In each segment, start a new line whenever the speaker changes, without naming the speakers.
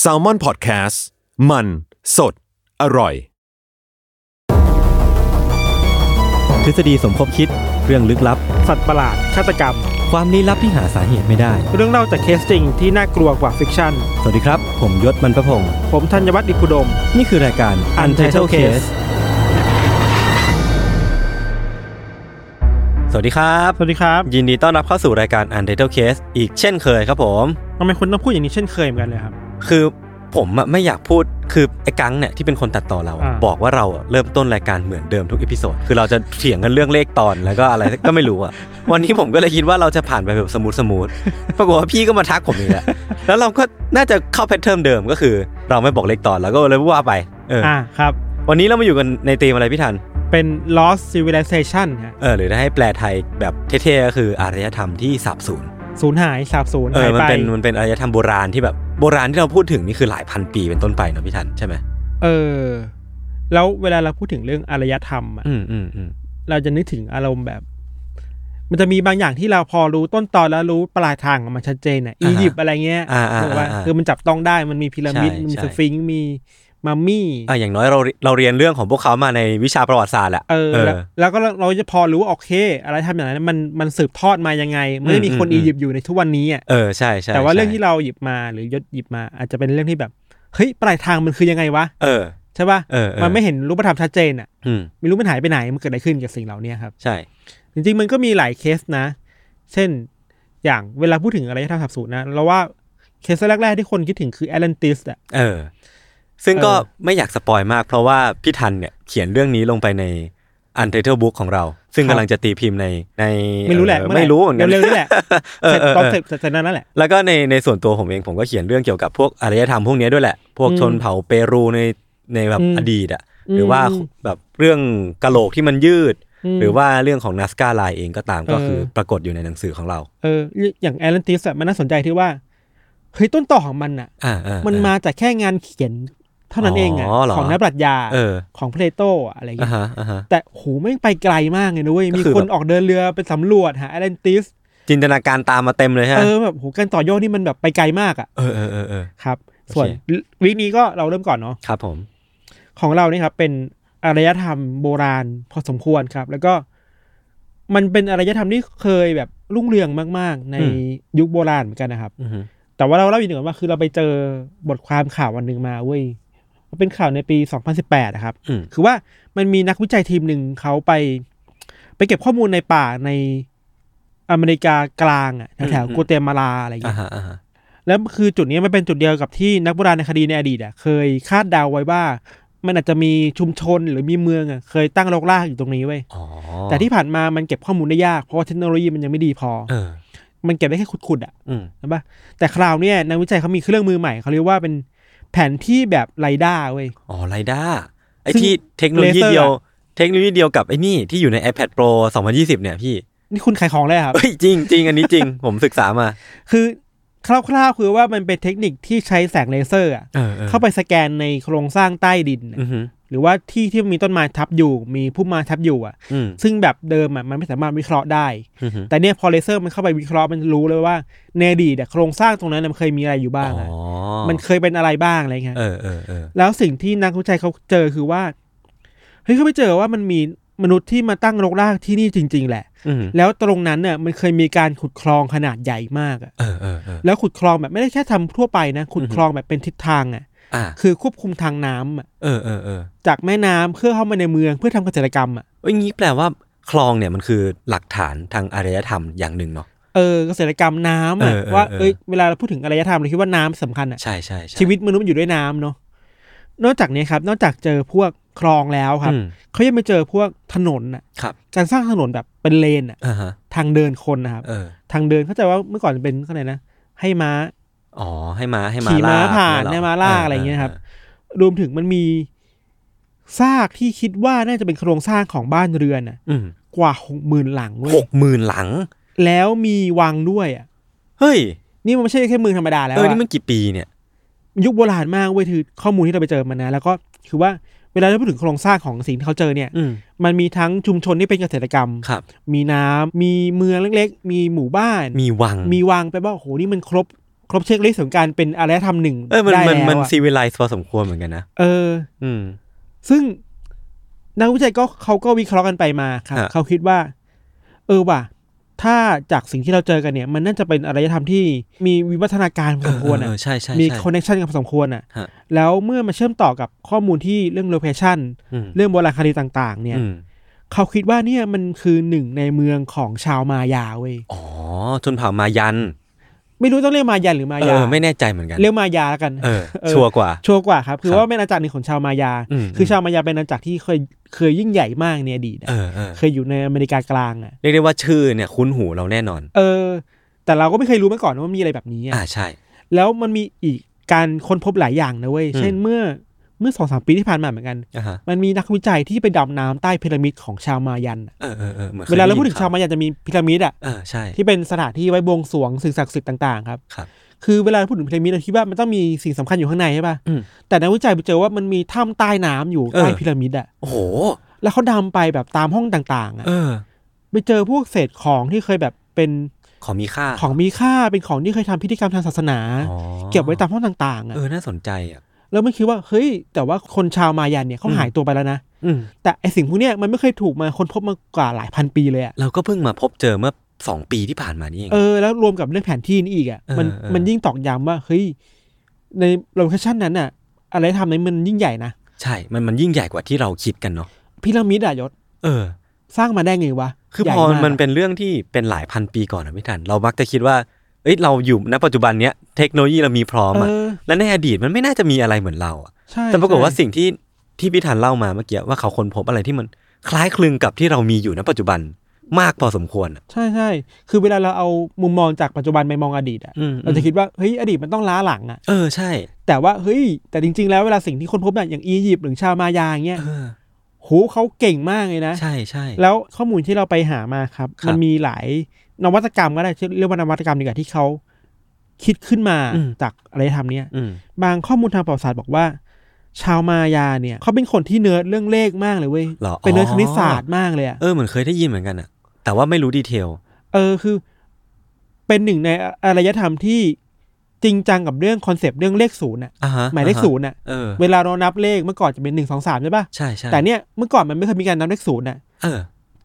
แซลมอนพอดแคสต์มันสดอร่อย
ทฤษฎีสมคบคิดเรื่องลึกลับ
สัตว์ประหลาดฆาตกรรม
ความลี้ลับที่หาสาเหตุไม่ได้
เรื่องเล่าจากเคสจริงที่น่ากลัวกว่าฟิกชั่น
สวัสดีครับ ผมยศมันประพงศ์
ผมธัญวัฒน์อิพุดม
นี่คือรายการ Untitled Case สวัสดีครับ
สวัสดีครับ
ยินดีต้อนรับเข้าสู่รายการ Untitled Case อีกเช่นเคยครับผม
ทำไมคุณต้องพูดอย่างนี้เช่นเคยเหมือนกันเลยครับ
คือผมอะไม่อยากพูดคือไอ้กังเนี่ยที่เป็นคนตัดต่อเราอะ
อ่า
บอกว่าเราอะเริ่มต้นรายการเหมือนเดิมทุกอีพิโซดคือเราจะเถียงกันเรื่องเลขตอนแล้วก็อะไร ก็ไม่รู้อะวันนี้ผมก็เลยคิดว่าเราจะผ่านไปแบบสมูทสมูทปรากฏว่าพี่ก็มาทักผมอีกแล้วแล้วเราก็น่าจะเข้าแพทเทิร์นเดิมก็คือ เราไม่บอกเลขตอนแล้วก็เลยว่าไปเอออ
อ่าครับ
วันนี้เรามาอยู่กันในธีมอะไรพี่ทัน
เป็น lost civilization ฮะ
เออหรือถ้าให้แปลไทยแบบเท่ๆก็คืออารยธรรมที่สาบสูญ
สูญหายสาบสูญ
เอ
หา
อย มัน
ไป
เป็นมันเป็นอารยธรรมโบราณที่แบบโบราณที่เราพูดถึงนี่คือหลายพันปีเป็นต้นไปเนอะพี่ทันใช่ไหม
เออ แล้วเวลาเราพูดถึงเรื่องอารยธรรมอะ
อืมอืมอืม
เราจะนึกถึงอารมณ์แบบ มันจะมีบางอย่างที่เราพอรู้ต้นตอนแล้วรู้ปลายทางของมันชัดเจนอ่ะอียิปต์อะไรเงี้ย
อ่าอ่า
ถูกปะ
อ่าอ่า
คือมันจับต้องได้มันมีพีระมิด
ใช่
มี
ใช่
สฟิงซ์มีมัมมี่
อ่ะอย่างน้อยเราเราเรียนเรื่องของพวกเขามาในวิชาประวัติศาสตร์แหละ
เออ
เออ
แล้วแล้วก็เราเราจะพอรู้ว่าโอเค อะไรทำอย่างนั้นมันมันสืบทอดมายังไงไม่ได้มีคน
อืมอื
อี
ม
ยิปต์อยู่ในทุกวันนี้อ่ะ
เออใช่ใช่
แต่ว่าเรื่อง
ใช่
ที่เราหยิบมาหรือยศหยิบมา อาจจะเป็นเรื่องที่แบบเฮ้ยปลายทางมันคือยังไงวะ
เออ
ใช่ป่ะ
เออเออ
มันไม่เห็นรูปธรรมชัดเจนอ่ะ
อืม
ไม่รู้มันหายไปไหนมันเกิดอะไรขึ้นกับสิ่งเหล่านี้ครับ
ใช่
จริงๆมันก็มีหลายเคสนะ เช่นอย่างเวลาพูดถึงอะไรที่ทำสับสูตรนะเราว่าเคสแรกๆที่คนคิดถึงคือแอตแลนติสอ่ะ
เออ ซึ่งก็
เออ
ไม่อยากสปอยมาก เพราะว่าพี่ทันเนี่ยเขียนเรื่องนี้ลงไปในอันเทอร์บุ๊กของเรา ซึ่งกำลังจะตีพิมพ์ในใน
ไม่รู้แหละ
เออ
เอห
ไม่รู้เหมือนกัน
เร็วๆนี่แหละ
เออ
เสร็จ
เออ
ตอน
เออ
เสร็จเสร็จนั่นแหละ
แล้วก็ในในส่วนตัวผมเองผมก็เขียนเรื่องเกี่ยวกับพวกอารยธรรมพวกเนี้ยด้วยแหละ พวก
อืม
ชนเผ่าเปรูในในแบบ
อืม
อดีตอ่ะ
อืม
หรือว่า
อืม
แบบเรื่องกะโหลกที่มันยืด
อืม
หรือว่าเรื่องของนัสกาลายเองก็ตามก็คือ
เออ
ปรากฏอยู่ในหนังสือของเรา
เอออย่างแอตแลนติสอะมันน่าสนใจที่ว่าเฮ้ยต้นต่อของมันอะ
อ่าอ่
มัน
อ่
มาจากแค่งานเขียนเท่านั้นเองอะ
อ๋อเหรอ
ของนักปรัชญา
เออ
ของเพลโตอะอะไร
อ่า
เงี้ย
ฮะอ่าฮะ
แต่โหไม่งไปไกลมากเลยนะเว้ย
ก็
มี
คือ
คน
แบบ
ออกเดินเรือไปสำรวจหาแอตแลนติส
จินตนาการตามมาเต็มเลยฮะ
เออแบบโหการต่อยอดนี่มันแบบไปไกลมากอะ
เออเออเออเออ
ครับ ส่วน
โอเค
วิกนี้ก็เราเริ่มก่อนเนาะ
ครับผม
ของเราเนี่ยครับเป็นอารยธรรมโบราณพอสมควรครับ แล้วก็ มันเป็นอารยธรรมที่เคยแบบรุ่งเรืองมาก ๆ ในยุคโบราณเหมือนกันนะครับ
อือฮึ
แต่ว่าเราเล่าอีกหนึ่งว่าคือเราไปเจอบทความข่าววันหนึ่งมาเว้ยมันเป็นข่าวในปี 2018นะครับ
อืม
คือว่ามันมีนักวิจัยทีมหนึ่งเขาไป ไปเก็บข้อมูลในป่าในอเมริกากลางอะแถวๆกัวเตมาลาอะไรอย่าง
อ่า
เงี้ย
ฮะอ่าฮะ
แล้วคือจุดนี้มันเป็นจุดเดียวกับที่นักโบราณคดีในอดีตอะเคยคาดเดาไว้ว่า มันอาจจะมีชุมชนหรือมีเมืองอะเคยตั้งรกรากอยู่ตรงนี้เว้ย
อ๋อ
แต่ที่ผ่านมามันเก็บข้อมูลได้ยากเพราะว่าเทคโนโลยีมันยังไม่ดีพอ
เออ
มันเก็บได้แค่ขุดๆอะ
อืม
ใช่ปะแต่คราวเนี้ยนักวิจัยเขามีเครื่องมือใหม่เขาเรียกว่าเป็นแผนที่แบบไรด้าเว้ย
อ๋อไรด้าไอ
ซึ่ง
ที่เทคโนโลยี
เลเซอร์
เดียว
อะ
เทคโนโลยีเดียวกับไอ้นี่ที่อยู่ใน iPad Pro 2020 เนี่ยพี่
นี่คุณขายของเลยครับ
เฮ้ยจริงจริงอันนี้จริง ผมศึกษามา
คือคร่าวๆคือว่ามันเป็นเทคนิคที่ใช้แสงเลเซอร์อะ
เออ
เข้าไปสแกนในโครงสร้างใต้ดินน่ะ
อือหือ
หรือว่าที่ที่มีต้นไม้ทับอยู่ มีพุ่มไม้ทับอยู่อ่ะ
อืม
ซึ่งแบบเดิมอ่ะมันไม่สามารถวิเคราะห์ได้
อือหือ
แต่เนี่ยพอเลเซอร์มันเข้าไปวิเคราะห์มันรู้เลยว่าในอดีตอะโครงสร้างตรงนั้นนะมันเคยมีอะไรอยู่บ้างอะ
อ๋อ
มันเคยเป็นอะไรบ้างอะไรเงี้ย
เออเออเออ
แล้วสิ่งที่นักวิจัยเขาเจอคือว่าเฮ้ยเขาไปเจอว่ามันมีมนุษย์ที่มาตั้งรกรากที่นี่จริง ๆ แหละ
อือหือ
แล้วตรงนั้นเนี่ยมันเคยมีการขุดคลองขนาดใหญ่มากอะ
เออเออเออ
แล้วขุดคลองแบบไม่ได้แค่ทำทั่วไปนะ ขุดคลองแบบเป็นทิศทางอ่ะ
อ่ะ
คือควบคุมทางน้ำอะ
เออเออเออ
จากแม่น้ำเพื่อเข้ามาในเมืองเพื่อทำเกษตรกรรมอ่ะ
เอ้ยงี้แปลว่าคลองเนี่ยมันคือหลักฐานทางอารยธรรมอย่างหนึ่งเนาะ
เออเกษตรกรรมน้ำอ่ะ
เออเออ
ว่า
เออ
เอ้ยเวลาเราพูดถึงอารยธรรมเราคิดว่าน้ำสำคัญอ่ะ
ใช่ใช่ใช่
ชีวิตมนุษย์มันอยู่ด้วยน้ำเนาะนอกจากนี้ครับ นอกจากเจอพวกคลองแล้วครับ
อืม
เขายังไปเจอพวกถนนอ่ะ
ครับ
การสร้างถนนแบบเป็นเลนอะ
อ่าฮะ
ทางเดินคนนะครับ
เออ
ทางเดินเข้าใจว่าเมื่อก่อนเป็นอะไรนะ ให้ม้า
อ๋อให้มาให้มา
ขี่ม้า
ลาก
ผ่าน
เยเรอ
ให้ม้าลากอะไรอย่างเงี้ยครับ รวมถึงมันมีซากที่คิดว่าน่าจะเป็นโครงสร้างของบ้านเรือนอะ
อืม
กว่าหกหมื่นหลังเว้
ห
ย
กหมื่นหลัง
แล้วมีวังด้วยอ่ะ
เฮ้ย
นี่มันไม่ใช่แค่เมืองธรรมดาแล้ว
เออ
อะ
นี่มันกี่ปีเนี่ย
ยุคโบราณมากเว้ยคือข้อมูลที่เราไปเจอมานะ แล้วก็คือว่าเวลาเราพูดถึงโครงสร้างของสิ่งที่เขาเจอเนี่ย
อืม
มันมีทั้งชุมชนที่เป็นเกษตรกรรม
ครับ
มีน้ำมีเมืองเล็ก ๆ มีหมู่บ้าน
มีวัง
มีวางไปว่าโหนี่มันครบ ครบเช็คลิสต์ของการเป็นอารยธรรมหนึ่ง
เออมัน
ได้
มัน
แล้ว
มัน
อะ
ซีวิไลซ์พอสมควรเหมือนกันนะ
เออ
อืม
ซึ่งนักวิจัยก็เขาก็วิเคราะห์กันไปมาครับ
ฮะ
เขาคิดว่า เออว่ะถ้าจากสิ่งที่เราเจอกันเนี่ย มันน่าจะเป็นอารยธรรมที่มีวิวัฒนาการพอสมควร
เออ
อ่ะ
ใช่ใช่
มี
ใช่
คอนเนคชันกันพอสมควรอ่ะ
ฮะ
แล้วเมื่อมาเชื่อมต่อกับข้อมูลที่เรื่องโลเคชัน
อืม
เรื่องโบราณคดีต่าง ๆ เนี่ย
อืม
เขาคิดว่าเนี่ยมันคือหนึ่งในเมืองของชาวมายาเว้ย
อ๋อชนเผ่ามายัน
ไม่รู้ต้องเรียกมายาหรือ
เอย
มาา
อไม่แน่ใจเหมือนกัน
เรียกมายาแล้วกัน
เออ
เออ
ชัวร์กว่า
ชัวร์กว่าครับ คือ
ครับ
ว่าเป็นอาณาจักรหนึ่งของชาวมายา
อืม
คือชาวมายาเป็นอาณาจักรที่เคยเคยยิ่งใหญ่มากในอดีตอะ
เออเออ
เคยอยู่ในอเมริกากลางอ่ะ
เรียกได้ว่าชื่อเนี่ยคุ้นหูเราแน่นอน
เออ แต่เราก็ไม่เคยรู้มาก่อนว่ามีอะไรแบบนี้อะ
อ่าใช่
แล้วมันมีอีกการค้นพบหลายอย่างนะเว้ย
อืม
เช่นเมื่อเมื่อสองสามปีที่ผ่านมาเหมือนกัน
อ่าฮะ
มันมีนักวิจัยที่ไปดำน้ำใต้พีระมิดของชาวมายันอะ
เออเออเออหมือนคย
เวลาเราพูดถึงชาว
ไยินข่
มายันจะมีพีระมิดอ่ะ
เออใช่
ที่เป็นสถานที่ไว้บวงสรวงสิ่งศักดิ์สิทธิ์ต่างๆครับ
ครับ
คือเวลาพูดถึงพีระมิดเราคิดว่ามันต้องมีสิ่งสำคัญอยู่ข้างในใช่ป่ะ
อืม
แต่นักวิจัยไปเจอว่ามันมีถ้ำใต้น้ำอยู่
เออ
ใต้พีระมิดอ่ะ
โอ้โห
แล้วเขาดำไปแบบตามห้องต่างๆอะ
เออ
ไปเจอพวกเศษของที่เคยแบบเป็น
ของมีค่า
ของมีค่าเป็นของที่เคยทำพิธีกรรมทางศาสนา
อ๋อ
เก็บไว้ตามห้องต่างๆอะ
เออน่าสนใจอ่ะ
แล้วไม่คิดว่าเฮ้ยแต่ว่าคนชาวมายันเนี่ยเขา
อืม
หายตัวไปแล้วนะ
อืม
แต่ไอสิ่งพวกเนี้ยมันไม่เคยถูกมาค้นพบมากว่าหลายพันปีเลยอะ
เราก็เพิ่งมาพบเจอเมื่อสองปีที่ผ่านมานี่เอง
เออแล้วรวมกับเรื่องแผนที่นี่อีกอะ
เออ
มัน
เออ
มันยิ่งตอกย้ำว่าเฮ้ยในโลเคชั่นนั้นอะอะไรทำในนมันยิ่งใหญ่นะ
ใช่ มันมันยิ่งใหญ่กว่าที่เราคิดกันเนาะ
พีระมิดอะยศ
เออ
สร้างมาได้ไงวะ
คือ
ใหญ่
พอ
าก
มันเป็นเรื่องที่เป็นหลายพันปีก่อนนะพี่ทัน เรามักจะคิดว่า เอ้ยเราอยู่ณปัจจุบันเนี้ยเทคโนโลยีเรามีพร้อมอะ
เออ
และในอดีตมันไม่น่าจะมีอะไรเหมือนเราอะ
ใช่
แต่ปรากฏว่า
ใช่
สิ่งที่ที่พี่ทันเล่ามาเมื่อกี้ว่าเขาค้นพบอะไรที่มันคล้ายคลึงกับที่เรามีอยู่ณปัจจุบันมากพอสมควรอะ
ใช่ใช่คือเวลาเราเอามุมมองจากปัจจุบันไปมองอดีตอ่ะ
อืม
เราจะคิดว่าเฮ้ยอดีตมันต้องล้าหลังอ่ะ
เออใช่
แต่ว่าเฮ้ยแต่จริง ๆ แล้วเวลาสิ่งที่คนพบเนี่ยอย่างอียิปต์หรือชาวมายาอย่างเงี้ย
เออ
โหเขาเก่งมากเลยนะ
ใช่ใช่
แล้วข้อมูลที่เราไปหามาครับ
ครับ
มันมีหลายนวัตกรรมก็ได้เรียกว่านวัตกรรมดีกว่าที่เขาคิดขึ้นมา
อืม
จากอะไรทำเนี่ย
อืม
บางข้อมูลทางประวัติศาสตร์บอกว่า ชาวมายาเนี่ยเขาเป็นคนที่เนิร์ดเรื่องเลขมากเลยเว้ย
หรอ
เป็นเนิร์ดคณิตศาสตร์มากเลยอะ
เออเหมือนเคยได้ยินเหมือนกันอะแต่ว่าไม่รู้ดีเทล
เออคือเป็นหนึ่งในอารยธรรมที่จริงจังกับเรื่องคอนเซปต์เรื่องเลขศูนย์น่ะ
อ่าฮะ
หมายเลข
อ่ฮะ
ศูนย์น่ะ
เออ
เวลาเรานับเลขเมื่อก่อนจะเป็นหนึ่งสองสามใช่ปะ
ใช่ใช่
แต่เนี่ยเมื่อก่อนมันไม่เคยมีการนับเลขศูนย์น่ะ
เออ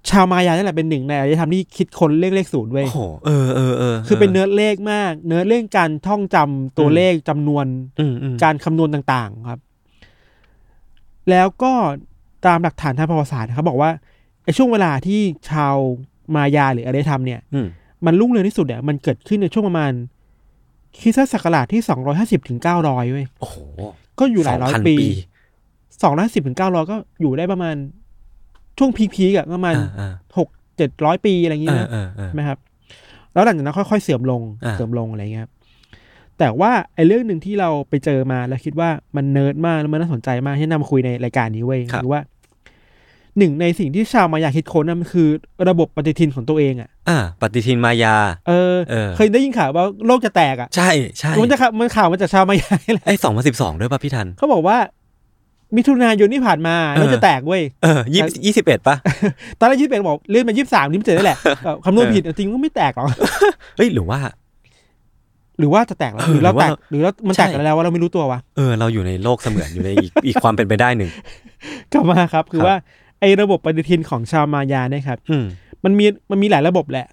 ชาวมายานี่แหละเป็นหนึ่งในอารยธรรมที่คิดค้นเลขเลขศูนย์เว้ย
โอ้โหเออเออเออ
คือเป็นเนื้อเลขมาก เนื้อเรื่องการท่องจำตัวเลขจำนวน
อืมอืม
การคำนวณต่างๆครับ แล้วก็ตามหลักฐานทางประวัติศาสตร์นะครับบอกว่าไอ้ช่วงเวลาที่ชาวมายาหรืออารยธรรมเนี่ย
อืม
มันรุ่งเรืองที่สุดเนี่ยมันเกิดขึ้นในช่วงประมาณคริสตศักราชที่ 250ถึง900เว้ย
โอ้โห
ก็อยู่หลายร้อย
2,000
ปี 250ถึง900 ก็อยู่ได้ประมาณ ช่วงพีคๆอะประมาณ
อ่าอ่า
6 700 ปีอะไรอย่างงี้
เออ
นะ
เออเออ
ใช่ไหมครับ แล้วหลังจากนั้นค่อยๆเสื่อมลง
อ่า
เสื่อมลงอะไรอย่างเงี้ยครับแต่ว่าไอ้เรื่องหนึ่งที่เราไปเจอมาแล้วคิดว่ามันเนิร์ดมากแล้วมันน่าสนใจมากที่นำมาคุยในรายการนี้เว้ย
ครับ
คือว่าหนึ่งในสิ่งที่ชาวมายาคิดค้นนั่นคือระบบปฏิทินของตัวเองอะ
อ่าปฏิทินมายา
เออ
เออ
เคยได้ยินข่าวว่าโลกจะแตกอะ
ใช่ใช่
มันจะข่าวมันข่าวมาจากชาวมายาแหละ
ไอ้สองพันสิบสองด้วยป่ะพี่ทัน
เขาบอกว่า มิถุนายนที่ผ่านมา
เออ
เราจะแตกเว้ย
เออยี่ยี่สิบเอ็ดป่ะ
ตอนแรกยี่สิบเอ็ดบอกเลื่อนมายี่สิบสามยี่สิบเจ็ด ได้แหละ แบบคำนวณ
เออ
ผิดจริงก็ไม่แตกหรอก
เอ้ยหรือว่า
หรือว่าจะแตกหรอ
เออ
หรือเรา
หรือ
แต
ว่า
กหรือเรามันแตกกันแล้วว่าเราไม่รู้ตัววะ
เออเราอยู่ในโลกเสมือนอยู่ในอีก อีกความเป็นไปได้หนึ่ง
กลับมาครับ คื
ค
อ
รับ
ว่าไอ้ระบบปฏิทินของชาวมายาเนี่ยครับ
อืม
มันมีมันมีหลายระบบแหละ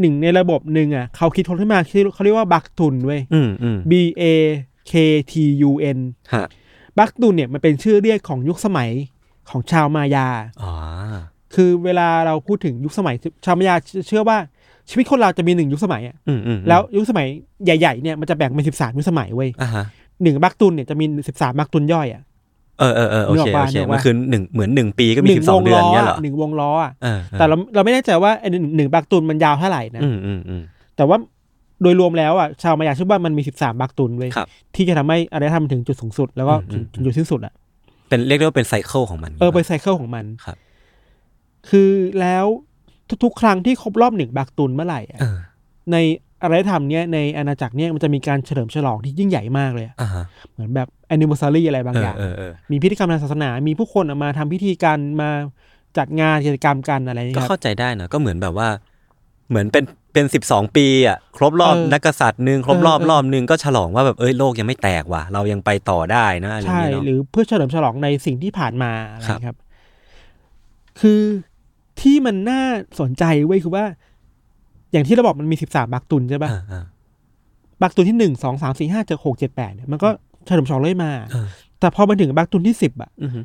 หนึ่งในระบบหนึ่งอ่ะเขาคิดค้นขึ้นมาคือเขาเรียกว่าบักตุนเว้ย
อืมอืม
B A K T U N
ฮะ
บักตุนเนี่ยมันเป็นชื่อเรียกของยุคสมัยของชาวมายา
อ๋อ
คือเวลาเราพูดถึงยุคสมัยชาวมายาเชื่อเชื่อว่าชีวิตคนเราจะมีหนึ่งยุคสมัยอะ
อืมอืม
แล้วยุคสมัยใหญ่ๆเนี่ยมันจะแบ่งเป็นสิบสามยุคสมัยเว้ย
อ่ะฮะ
หนึ่งบักตุนเนี่ยจะมีสิบสามบักตุนย่อยอะ
เออเออเออโอเค
นึกออกปะ
โอเค
นึกออกปะ
มันคือหนึ่งเหมือนหนึ่งปีก็มี
หนึ่
สิ
ง
บส
ว
อง
ง
เดือน
ล้อ
เงี้ยเหร
อะ
อ
หนึ่งวงล้ออะ
เออออ
แต่เราเราไม่แน่ใจว่าไอ้หนึ่งหนึ่งบักตุนมันยาวเท่าไหร่นะ
อืมอืมอืม
แต่ว่าโดยรวมแล้วอะชาวมายาเชื่อว่ามันมีสิบสามบักตุนเว้ย
ครับ
ที่จะทำให้อารยธรรมถึงจุดสูงสุด แล้วก็
อืมอืม
ถึงจุดสิ้นสุดอะ
เป็นเรียกได้ว่าเป็นไซเคิลของมัน
เออไปไซเคิลของมัน
ครับ
คือแล้วทุกๆ ครั้งที่ครบรอบหนึ่งบักตุนเมื่อไหร่อะ
เออ
ในอารยธรรมเนี้ยในอาณาจักรเนี้ยมันจะมีการเฉลิมฉลองที่ยิ่งใหญ่มากเลยอะ
อ่ะฮะ
เหมือนแบบแอนนิ e ว s a ซารีอะไรบาง
เออ
อ
ย่าง เออเออ
มีพิธีกรรมทางศาสนา มีผู้คนออกมาทำพิธีการมาจัดงานกิจกรรมกันอะไรอย่าง
ก็
เงี้ยครับ
เข้าใจได้นะก็เหมือนแบบว่า เหมือนเป็นเป็นสิบสองปีอ่ะครบรอบ
เออ
นักกษัตริย์หนึ่งครบรอบ
เออเออ
รอบหนึ่งก็ฉลองว่าแบบเอ้ยโลกยังไม่แตกว่ะเรายังไปต่อได้นะอะไรอย่าง
ใช่
เงี้ยเนาะ
หรือเพื่อเฉลิมฉลองในสิ่งที่ผ่านมาอะไร
ครับ
ครับ คือที่มันน่าสนใจเว้ยคือว่า อย่างที่เราบอกมันมีสิบสามบักตุนใช่ปะ
อ่าอ่า
บักตุนที่หนึ่งสองสามสี่ห้าเจ็ดหกเจ็ดแปดเนี่ยมันก็เฉลิมฉลองเรื่อยมา
เออ
แต่พอมันถึงบักตุนที่สิบอ่ะ
อื้อหือ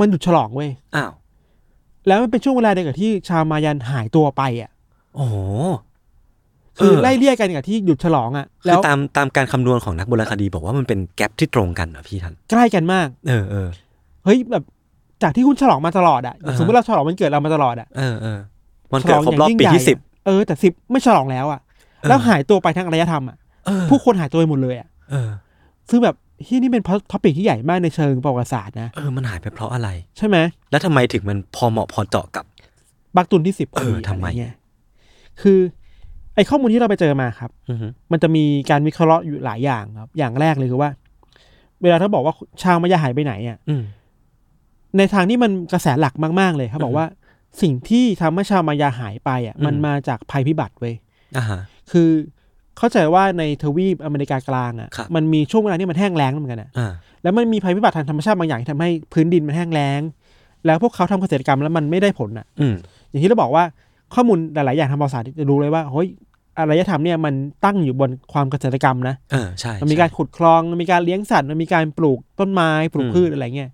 มันหยุดฉลองเว้ย
อ้าว
แล้วมันเป็นช่วงเวลาเดียวกับที่ชาวมายันหายตัวไปอ่ะ
โอ้โห
คือ
เออ
ไล่เลี่ยกันกับที่หยุดฉลองอ่ะ
คื
แล้
อ
ว
ตามตามการคำนวณของนักโบราณคดีบอกว่ามันเป็นแกลบที่ตรงกันเหรอพี่ทัน
ใกล้กันมาก
เออเออ
เฮ้ยแบบ จากที่คุณฉลองมาตลอดอ่ะ
อ่าฮะ
สมมติเราฉลองวันเกิดเรามาตลอดอ่ะ
เออเออวันเกิดครบรอบ
ฉลงย่างยิ่ง
ปีที่
ใหญ่ะ
สิบ
เออแต่สิบไม่ฉลองแล้วอ่ะ
ออ
แล้วหายตัวไปทางอารยธรรมอ่ะ
เออ
ผู้คนหายตัวไปหมดเลยอ่ะ
เออ
ซึ่งแบบที่นี่เป็นท็อปิกที่ใหญ่มากในเชิงประวัติศาสตร์นะ
เออมันหายไปเพราะอะไร
ใช่ไหม
แล้วทำไมถึงมันพอเหมาะพอเจาะกับ
บักตุนที่สิบ
เออทำไม
คือ ไอ้ข้อมูลที่เราไปเจอมาครับ
อื้อหือ
มันจะมีการวิเคราะห์อยู่หลายอย่างครับ อย่างแรกเลยคือว่า เวลาเขาบอกว่าชาวมายาหายไปไหนอ่ะ
อืม
ในทางที่มันกระแสหลักมากๆเลยเขาบอกว่า สิ่งที่ทำให้ชาวมายาหายไปอ่ะ
อืม
มันมาจากภัยพิบัติเว้ย
อ่าฮะ
คือเข้าใจว่าในทวีปอเมริกากลางอ่ะ
ครับ
มันมีช่วงเวลาที่มันแห้งแล้งเหมือนกันอ่ะ
อ่า
แล้วมันมีภัยพิบัติทางธรรมชาติบางอย่างที่ทำให้พื้นดินมันแห้งแล้ง แล้วพวกเขาทำเกษตรกรรมแล้วมันไม่ได้ผลอ่ะ
อืม
อย่างที่เราบอกว่าข้อมูลหลาย ๆ อย่างทางประวัติศาสตร์จะรู้เลยว่าเฮ้ยอารยธรรมเนี่ยมันตั้งอยู่บนความเกษตรกรรมนะ
เออใช่
มันมีการขุดคลองมันมีการเลี้ยงสัตว์มันมีการปลูกต้นไม้ปลูกพืชอะไรเงี้ย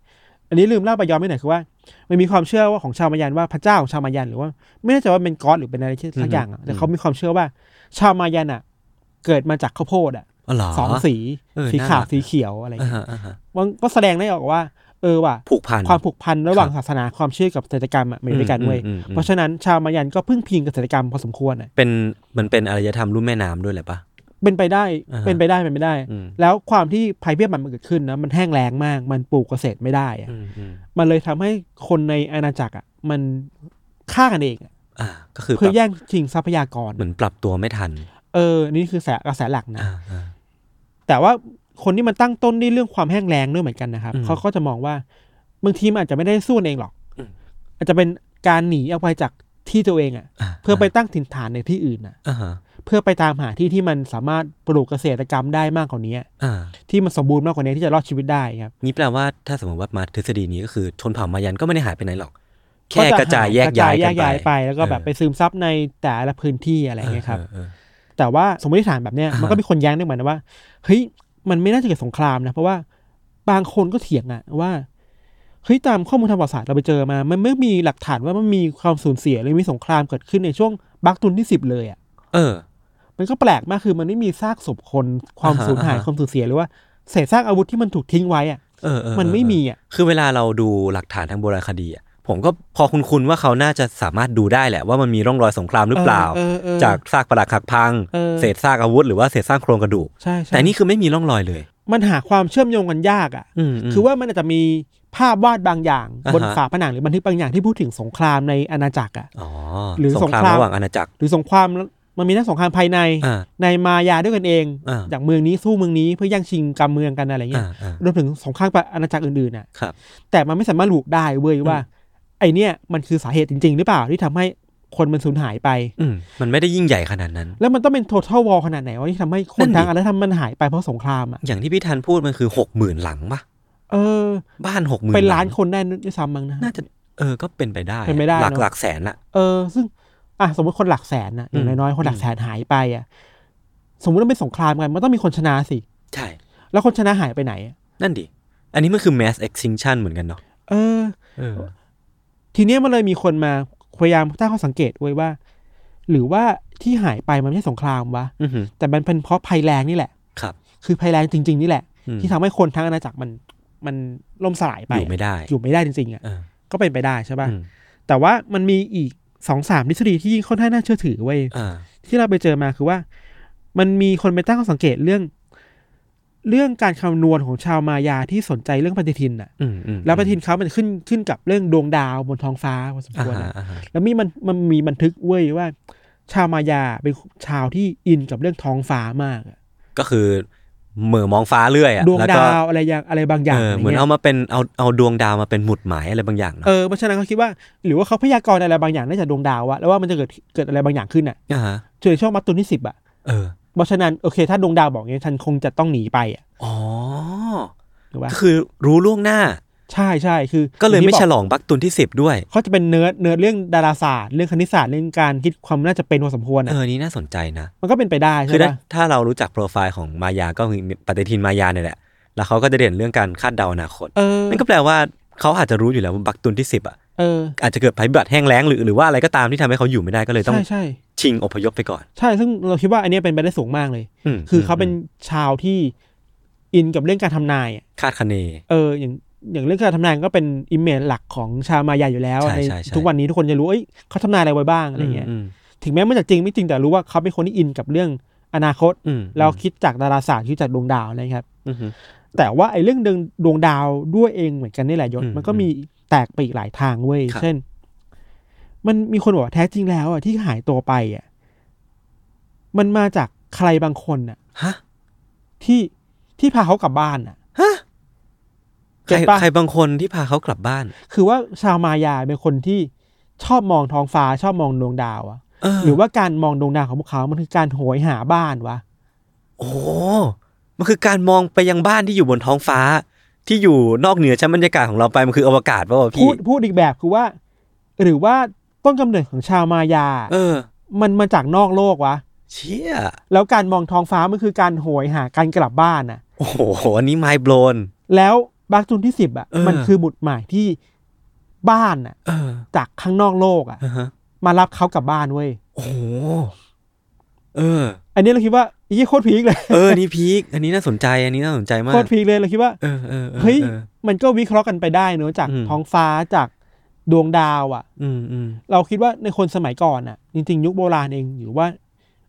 อันนี้ลืมเล่าไปย้อนไปหน่อยคือว่ามันมีความเชื่อว่าของชาวมายันว่าพระเจ้าของชาวมายันหรือว่า ไม่แน่ใจว่าเป็นก๊อดหรือเป็นอะไรที่สักอย่างอะแต่เขามีความเชื่อว่า ชาวมายันอ่ะ เกิดมาจากข้าวโพดอ่ะ
อ๋อเหรอ
สองสี
เออ
สี
น่า
ขาว
รัก
สีเขียวอะไร
อ่า
เงี้ย
ฮะอ่าฮะ
มันก็แสดงได้ออกว่า เออว่ะ
ผูกพัน
ความผูกพันระหว่างศาสนาความเชื่อกับเกษตรกรรมอะมันอยู่ด้วยกันเว้ย
อืมอืมอืม
เพราะฉะนั้นชาวมายันก็พึ่งพิงเกษตรกรรมพอสมควรน่ะ
เป็นมันเป็นอารยธรรมรุ่มแม่น้ำด้วยแหละปะ
เป็นไปได้
อ่าฮะ
เป็นไปได้เป็นไปได้
อืม
แล้วความที่ภัยพิบัติมันเกิดขึ้นนะมันแห้งแล้งมาก มันปลูกเกษตรไม่ได้อะ
อืมอืม
มันเลยทำให้คนในอาณาจักรอ่ะมันฆ่ากันเองอะ
อ่า ก็คือป
เพื่อ
รับ
แย่งชิงทรัพยากร
เหมือนปรับตัวไม่ทัน
เออนี่คือแสกระแสหลักนะ
อ่าอ่า
แต่ว่าคนที่มันตั้งต้นด้วยเรื่องความแห้งแล้งด้วยเหมือนกันนะครับ
อืม
เขาก็จะมองว่าบางทีมันอาจจะไม่ได้สู้เองหรอก
อืม
อาจจะเป็นการหนีออกไปจากที่ตัวเองอ่ะ
า
เพื่อไปตั้งถิ่นฐานในที่อื่นน่ะ
อ่าฮะ
เพื่อไปตามหาที่ที่มันสามารถปลูกเกษตรกรรมได้มากกว่านี้
อ่า
ที่มันสมบูรณ์มากกว่านี้ที่จะรอดชีวิตได้ครับ
นี่แปลว่าถ้าสมมติว่ามาทฤษฎีนี้ก็คือชนเผ่ามายันก็ไม่ได้หายไปไหนหรอก แค่กระจายแยกย้าย
ระ
กัน
จ
ไป
ไป แล้วก็แบบ
เออ
ไปซึมซับในแต่ละพื้นที่อะไรอย่างเงี้ยครับ
ออเออ
แต่ว่าสมมติฐานแบบเนี้ย
อ่าฮะ
มันก็มีคนแย้งด้วยเหมือนกันว่าเฮ้ยมันไม่น่าจะเกิดสงครามนะ เพราะว่าบางคนก็เถียงอะว่าเฮ้ยตามข้อมูลทางประวัติศาสตร์เราไปเจอมา มันไม่มีหลักฐานว่ามันมีความสูญเสียหรือมีสงครามเกิดขึ้นในช่วงบักตุนที่สิบเลยอะ
เออ
มันก็แปลกมากคือมันไม่มีซากศพคนความ
อ่าฮะ
สู ญหาย
อ่าฮะ
ความสูญเสียหรือว่าเศษซากอาวุธที่มันถูกทิ้งไว้อะ
เออเออ
มันไม่มีอ่ะ
คือเวลาเราดูหลักฐานทางโบราณคดีอ่ะผมก็พอคุณคุณว่าเขาน่าจะสามารถดูได้แหละ ว่ามันมีร่องรอยสงครามหรือเปล่า
เออเออเออ
จากซากปรักหักพัง
เออ
เศษซากอาวุธหรือว่าเศษซากโครงกระดูก
ใช่ใช่
แต่นี่คือไม่มีร่องรอยเลย
มันหาความเชื่อมโยงกันยากอ่ะ
อืม
คือว่ามันอาจจะมีภาพวาดบางอย่าง บน
อ่าฮะ
ฝาผนังหรือบันทึกบางอย่างที่พูดถึงสงครามในอาณาจักรอ่ะ
อ๋อ
หรือ
สงคราม
สงคราม
ระหว่างอาณาจักร
หรือสงครามมันมีทั้งสงครามภายใน
อ่า
ในมายาด้วยกันเอง
อ่า
อย่างเมืองนี้สู้เมืองนี้เพื่อแย่งชิงกำเมืองกันอะไรเงี้
อ่าย อ่าร
วมถึงสงครามกับอาณาจักรอื่นๆอ่ะ
ครับ
แต่มันไม่สามารถระบุได้เว้ยว่า ไอเนี่ยมันคือสาเหตุจริง ๆ หรือเปล่าที่ทำให้คนมันสูญหายไป
อืมมันไม่ได้ยิ่งใหญ่ขนาดนั้น
แล้วมันต้องเป็น total war ขนาดไหนวะที่ทำให้ค
นั่
น
นดิ
ทางอารยธรรมมันหายไปเพราะสงครามอ่ะ
อย่างที่พี่ทันพูดมันคือหกหมื่นหลังปะ
เออ
บ้านหกหมื่น
เป็นล้านคนได้ด้วยซ้ำมั้งนะ
น่าจะเออก็เป็นไปได้
เป็นไปได้
หลัก
เนอะ
หลักแสนละ
เออ ซึ่ง อ่ะสมมติคนหลักแสนนะอย่าง
อืม
น้อยๆคนหลักแสนหายไปอ่ะ สมมติมันเป็นสงครามกันมันต้องมีคนชนะสิ
ใช่
แล้วคนชนะหายไปไหนอะ
นั่นดิ อันนี้มันคือ mass extinction เหมือนกันเนาะ
เออ
เออ
ทีเนี้ยมันเลยมีคนมาพยายามตั้งข้อสังเกตไว้ยว่า หรือว่าที่หายไปมันไม่ใช่สงครามวะ
อือหือ
แต่มันเป็นเพราะภัยแรงนี่แหละ
ครับ
คือภัยแรงจริง ๆ นี่แหละ
อืม
ที่ทำให้คนทั้งอาณาจักรมันมันล่มสลายไป
อยู่ไม่ได้
อยู่ไม่ได้จริงๆอ่ะ
เออ
ก็เป็นไปได้ใช่ป่ะ
อืม
แต่ว่ามันมีอีกสองสามทฤษฎีที่ค่อนข้างน่าเชื่อถือเว้ย
อ่า
ที่เราไปเจอมาคือว่า มันมีคนไปตั้งข้อสังเกตเรื่อง เรื่องการคำนวณของชาวมายาที่สนใจเรื่องปฏิทินน่ะ
อืมอืม
แล้วปฏิทินเขามันขึ้นขึ้นกับเรื่องดวงดาวบนท้องฟ้าพอสม
อ่า
ควร
ฮะ
นะ
อ่าฮะ
แล้วมีมันมันมีบันทึกเว้ยว่า ชาวมายาเป็นชาวที่อินกับเรื่องท้องฟ้ามากอะ
ก็คือ เหม่อมองฟ้าเรื่อยอะ
ดวง
แล้
ดา
ก็
วอะไรอย่างอะไรบางอย่าง
เออ
อะไร
เหมือน
เงี้ย
เอามาเป็นเอาเอาดวงดาวมาเป็นหมุดหมายอะไรบางอย่างเน
เอ
อะ
อเพราะฉะนั้นเขาคิดว่า หรือว่าเขาพยากรณ์อะไรบางอย่างน่าจะดวงดาวอะแล้วว่ามันจะเกิดเกิดอะไรบางอย่างขึ้นอะ
อ่าฮะ
จนในช่วงมัตตุนที่สิบอะ
เออ
เพราะฉะนั้นโอเค ถ้าดวงดาวบอกอย่างเงี้ยฉันคงจะต้องหนีไปอะ
อ๋อ
ถูกปะ
ก็คือรู้ล่วงหน้า
ใช่ใช่คือ
ก็เลยไม่
อาง
ฉ
ที่บอก
ลองบักตุนที่สิบด้วย
เขาจะเป็นเนื้อเนื้อเรื่องดาราศาสตร์เรื่องคณิตศาสตร์เรื่องการคิดความน่าจะเป็นพอสมควร
เอ
อะ
อนี่น่าสนใจนะ
มันก็เป็นไปได้
คื
ใช่
อถ้า
ปะ
ถ้าเรารู้จักโปรไฟล์ของมายาก็คือปฏิทินมายาเนี่ยแหละ แล้วเขาก็จะเด่นเรื่องการคาดเดาอนาคต
เออ
นั่นก็แปลว่าเขาอาจจะรู้อยู่แล้วว่าบักตุนที่สิบอ่ะ
เออ
อาจจะเกิดภัยพิบัติแห้งแล้งหรือหรือว่าอะไรก็ตามที่ทำให้เขาอยู่ไม่ได้ก็เลยต้อง
ใช่ใช่
ชิงอพยพไปก่อน
ใช่ ซึ่งเราคิดว่าอันเนี้ยเป็นไปได้สูงมากเลย
ม
คือเขาเป็น
ม
ชาวที่อินกับเรื่องการทำนายอะ
คาดคะเน
เออ อย่างอย่างเรื่องการทำนายก็เป็นอิมเมจหลักของชาวมายาอยู่แล้ว
ใช่
ใน
ใช่ใช่
ทุกวันนี้ทุกคนจะรู้เอ้ยเขาทำนายอะไรไว้บ้างอะไรเงี้ย
ม
ถึงแม้มันจะจริงไม่จริงแต่รู้ว่าเขาเป็นคนที่อินกับเรื่องอนาคต
อืม
เราคิดจากดาราศาสตร์คิดจากดวงดาวนะครับ
อืมอืม
แต่ว่าไอ้เรื่องดวงดวงดาวด้วยเองเหมือนกันนี่แหละยศ
อืม
มันก็มีแตกไปอีกหลายทางเว้ย
ครับ
เช่น มันมีคนบอกว่าแท้จริงแล้วอ่ะที่หายตัวไปอ่ะมันมาจากใครบางคนอ่ะ
ฮะ
ที่ที่พาเขากลับบ้านอ่ะ
ฮะ
เก็
ใคร
ตปะ
ใครบางคนที่พาเขากลับบ้าน
คือว่าชาวมายาเป็นคนที่ชอบมองท้องฟ้าชอบมองดวงดาวอ่ะ
เออ
หรือว่าการมองดวงดาวของพวกเขามันคือการโหยหาบ้านวะ
โอ้โหมันคือการมองไปยังบ้านที่อยู่บนท้องฟ้า ที่อยู่นอกเหนือชั้นบรรยากาศของเราไปมันคืออวกาศป่าวะ
พู
พี่
ดพูดอีกแบบคือว่า หรือว่าต้นกำเนิดของชาวมายา
เออ
มันมาจากนอกโลกวะ
เชี่ย
แล้วการมองท้องฟ้ามันคือการโหยหาการกลับบ้านน่ะ
โอ้โห อันนี้ไมโบรน
แล้วบักจุนที่สิบอ่ะ
เออ
มันคือหมุดหมายที่บ้านน่ะ
เออ
จากข้างนอกโลกอ่ะ
อ่าฮะ
มารับเขากลับบ้านเว้ย
โอ้โห เอ อ
อันนี้เราคิดว่าอีกโคตรพีคเลย
เออ นี่พีค อันนี้น่าสนใจ อันนี้น่าสนใจมา
โค
ก
ตรพีคเลยเราคิดว่า
เออเออออ
เฮ้ย
ออ
มันก็วิเคราะห์กันไปได้เนอะจาก
อืม
ท้องฟ้าจากดวงดาวอ่ะ
อืมอืม
เราคิดว่าในคนสมัยก่อนน่ะ จริงๆ ยุคโบราณเองหรือว่า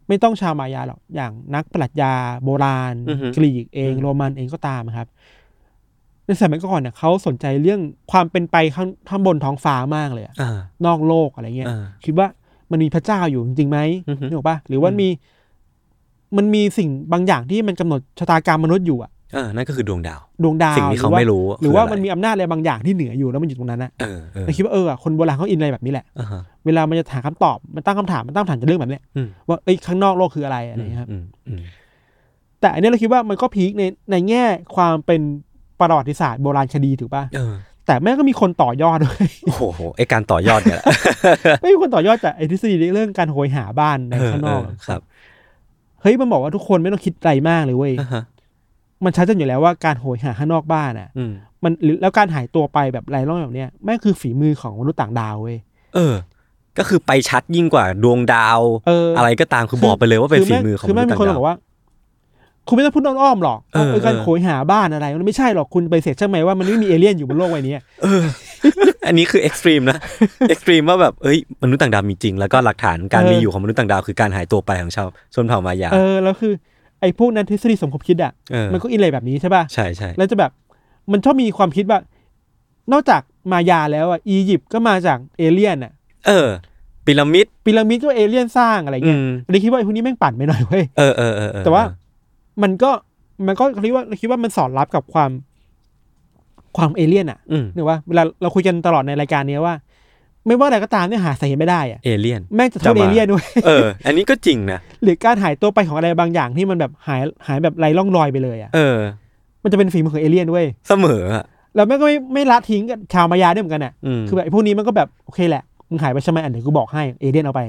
ไม่ต้องชาวมายาหรอกอย่างนักปรัชญาโบราณ กรีกเองโรมันเองก็ตามครับ ในสมัยก่อนเน่ะเขาสนใจเรื่องความเป็นไปข้างข้างบนท้องฟ้ามากเลยอะ
อ่าน
อกโลกอะไรเงี้ย
อ่า
คิดว่ามันมีพระเจ้าอยู่จริงๆไหม
อือฮึ
นึกออกปะหรือว่า
อืม
มีมันมีสิ่งบางอย่างที่มันกำหนดชะตากรรมมนุษย์อยู่อะ
อ่านั่นก็คือดวงดาว
ดวงดาว
สิ่งที่เขาไม่รู้
หรือว่า
คืะ
มันมีอำนาจอะไรบางอย่างที่เหนืออยู่แล้วมันอยู่ตรงนั้นอะ
เออเออ
เราคิดว่าเอออะคนโบราณเขาอินอะไรแบบนี้แหละ
อ่าฮะ
เวลามันจะหาคำตอบ มันตั้งคำถาม มันตั้งคำถามจะเรื่องแบบเนี้ย
อืม
ว่าเอ้ยข้างนอกโลกคืออะไรอะไรอย่างเงี้ยครับ
อืมอืม
แต่อันเนี้ยเราคิดว่ามันก็พีคในในแง่ความเป็นประวัติศาสตร์โบราณคดีถูกป่ะ
เออ
แต่แม่งก็มีคนต่อยอดด้วย
โอ้โห ไอการต่อยอดเนี่ยแหละ
ไม่มีคนต่อยอดจากไอ้ทฤษฎีเรื่องการโหยหาบ้านใน
เออ
ข้างน
เอ
อ
อก ครับ
เฮ้ยมันบอกว่าทุกคนไม่ต้องคิดอะไรมากเลยเว้ย
อ่าฮะ
มันชัดเจนอยู่แล้วว่าการโหยหาข้างนอกบ้านอ่ะ
อืม
มันหรือแล้วการหายตัวไปแบบไร้ร่องรอยแบบเนี้ยแม่งคือฝีมือของมนุษย์ต่างดาวเว้ย
เออ ก็คือไปชัดยิ่งกว่าดวงดาว
เอออ
อะไรก็ตาม คือบอกไปเลยว่าเป็นฝีมือของ
คือแม่ง
ษ
มี
ย์
คน
ต่งด
บอกว่า คุณไม่ต้องพูดอ้อมๆหรอก
เออ
เออการ
เออ
โหยหาบ้านอะไรมันไม่ใช่หรอกคุณไปฏิเสร็จใช่ไหมว่ามันไม่มีเอเลี่ยนอยู่บนโลกใบนี้
เออ อันนี้คือเอ็กซ์ตรีมนะ เอ็กซ์ตรีมว่าแบบ เอ้ย มนุษย์ต่างดาวมีจริง แล้วก็หลักฐานการมีอยู่ของมนุษย์ต่างดาวคือการหายตัวไปของชาวชนเผ่ามายา
เออแล้วคือ ไอ้พวกนั้นทฤษฎีสมคบคิดอ่ะ
เออ
มันก็อินเลยแบบนี้ใช่ป่ะ
ใช่ใช่
แล้วจะแบบ มันชอบมีความคิดว่า นอกจากมายาแล้วอ่ะอียิปต์ก็มาจากเอเลี่ยนอ่ะ
เออปิรามิด
พีระมิดก็เอเลี่ยนสร้างอะไร
อื
เงี้ย
ม
เลยคิดว่าไอ้พวกนี้แม่งปั่นไปหน่อยเว้ย
เออเออเออเออ
แต่ว่า มันก็มันก็คิดว่าคิดว่ามันสอดรับกับความความเอเลี่ยนอ่ะ
อืม
หรือว่าเวลาเราคุยกันตลอดในรายการเนี้ยว่า ไม่ว่าอะไรก็ตามเนี่ยหาสาเหตุไม่ได้อะ
เอเลี่ยน
แม่งจะโท
จะ
ษเอ
มา
เลี่ยน ด้วย
เออ อันนี้ก็จริงนะ
หรือการหายตัวไปของอะไรบางอย่างที่มันแบบหายหายแบบไร้ร่องรอยไปเลยอ่ะ
เออ
มันจะเป็นฝีมือของเอเลี่ยนด้วย
เสมออ่ะ
แล้วแม่งก็ไม่ไม่ละทิ้งกับชาวมายาด้วยเหมือนกันอ่ะ
อืม
คือแบบไอ้พวกนี้มันก็แบบโอเคแหละมึงหายไปใช่ไหมอันเดี๋ยวกูบอกให้เอเลี่ยนเอาไป